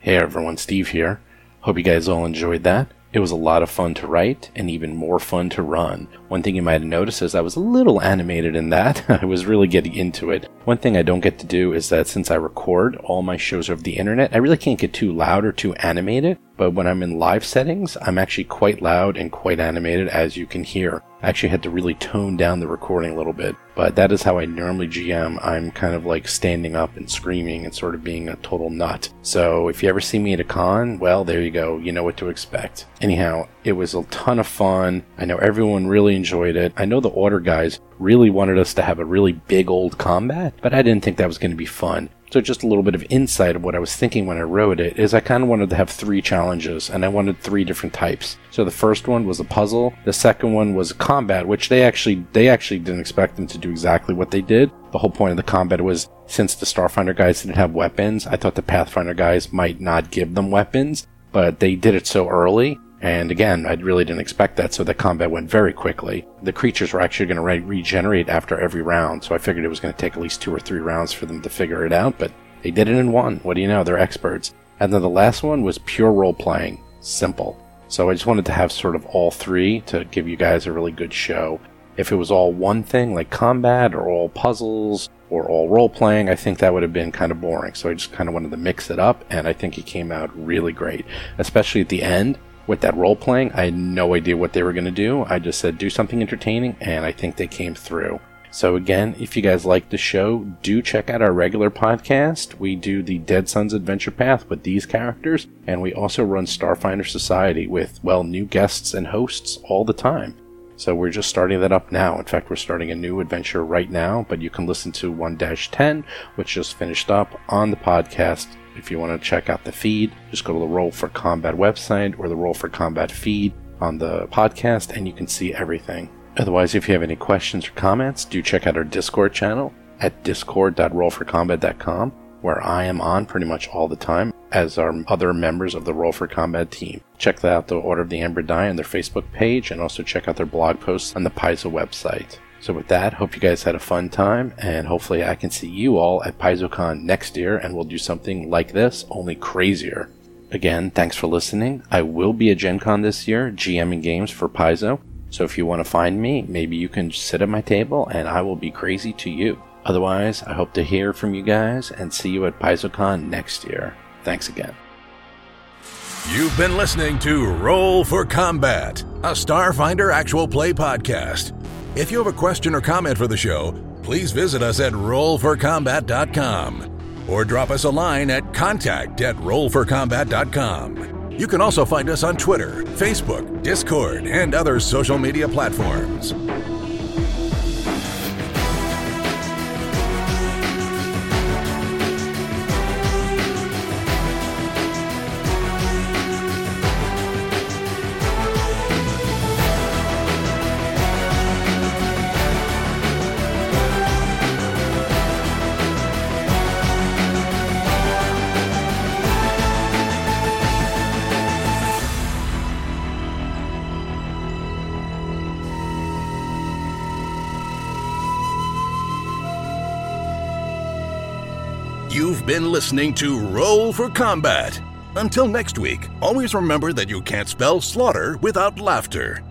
S1: Hey everyone, Steve here. Hope you guys all enjoyed that. It was a lot of fun to write and even more fun to run. One thing you might have noticed is I was a little animated in that. I was really getting into it. One thing I don't get to do is that since I record all my shows over the internet, I really can't get too loud or too animated. But when I'm in live settings, I'm actually quite loud and quite animated, as you can hear. I actually had to really tone down the recording a little bit, but that is how I normally GM. I'm kind of like standing up and screaming and sort of being a total nut. So if you ever see me at a con, well, there you go. You know what to expect. Anyhow, it was a ton of fun. I know everyone really enjoyed it. I know the order guys really wanted us to have a really big old combat, but I didn't think that was going to be fun. So just a little bit of insight of what I was thinking when I wrote it is I kind of wanted to have three challenges and I wanted three different types. So the first one was a puzzle, the second one was combat, which they actually they actually didn't expect them to do exactly what they did. The whole point of the combat was since the Starfinder guys didn't have weapons, I thought the Pathfinder guys might not give them weapons, but they did it so early and again, I really didn't expect that, so the combat went very quickly. The creatures were actually going to re- regenerate after every round, so I figured it was going to take at least two or three rounds for them to figure it out, but they did it in one. What do you know? They're experts. And then the last one was pure role playing. Simple. So I just wanted to have sort of all three to give you guys a really good show. If it was all one thing, like combat or all puzzles or all role playing, I think that would have been kind of boring. So I just kind of wanted to mix it up, and I think it came out really great, especially at the end with that role playing. I had no idea what they were going to do. I just said, do something entertaining, and I think they came through. So, again, if you guys like the show, do check out our regular podcast. We do the Dead Sons Adventure Path with these characters, and we also run Starfinder Society with, well, new guests and hosts all the time. So we're just starting that up now. In fact, we're starting a new adventure right now, but you can listen to 1 10, which just finished up on the podcast. If you want to check out the feed, just go to the Roll for Combat website or the Roll for Combat feed on the podcast, and you can see everything. Otherwise, if you have any questions or comments, do check out our Discord channel at discord.rollforcombat.com, where I am on pretty much all the time, as are other members of the Roll for Combat team. Check out the Order of the Amber Die on their Facebook page, and also check out their blog posts on the Paizo website. So with that, hope you guys had a fun time, and hopefully I can see you all at PaizoCon next year, and we'll do something like this, only crazier. Again, thanks for listening. I will be at Gen Con this year, GMing games for Paizo. So if you want to find me, maybe you can sit at my table and I will be crazy to you. Otherwise, I hope to hear from you guys and see you at PaizoCon next year. Thanks again.
S16: You've been listening to Roll for Combat, a Starfinder actual play podcast. If you have a question or comment for the show, please visit us at rollforcombat.com or drop us a line at contact at rollforcombat.com. You can also find us on Twitter, Facebook, Discord, and other social media platforms. You've been listening to Roll for Combat. Until next week, always remember that you can't spell slaughter without laughter.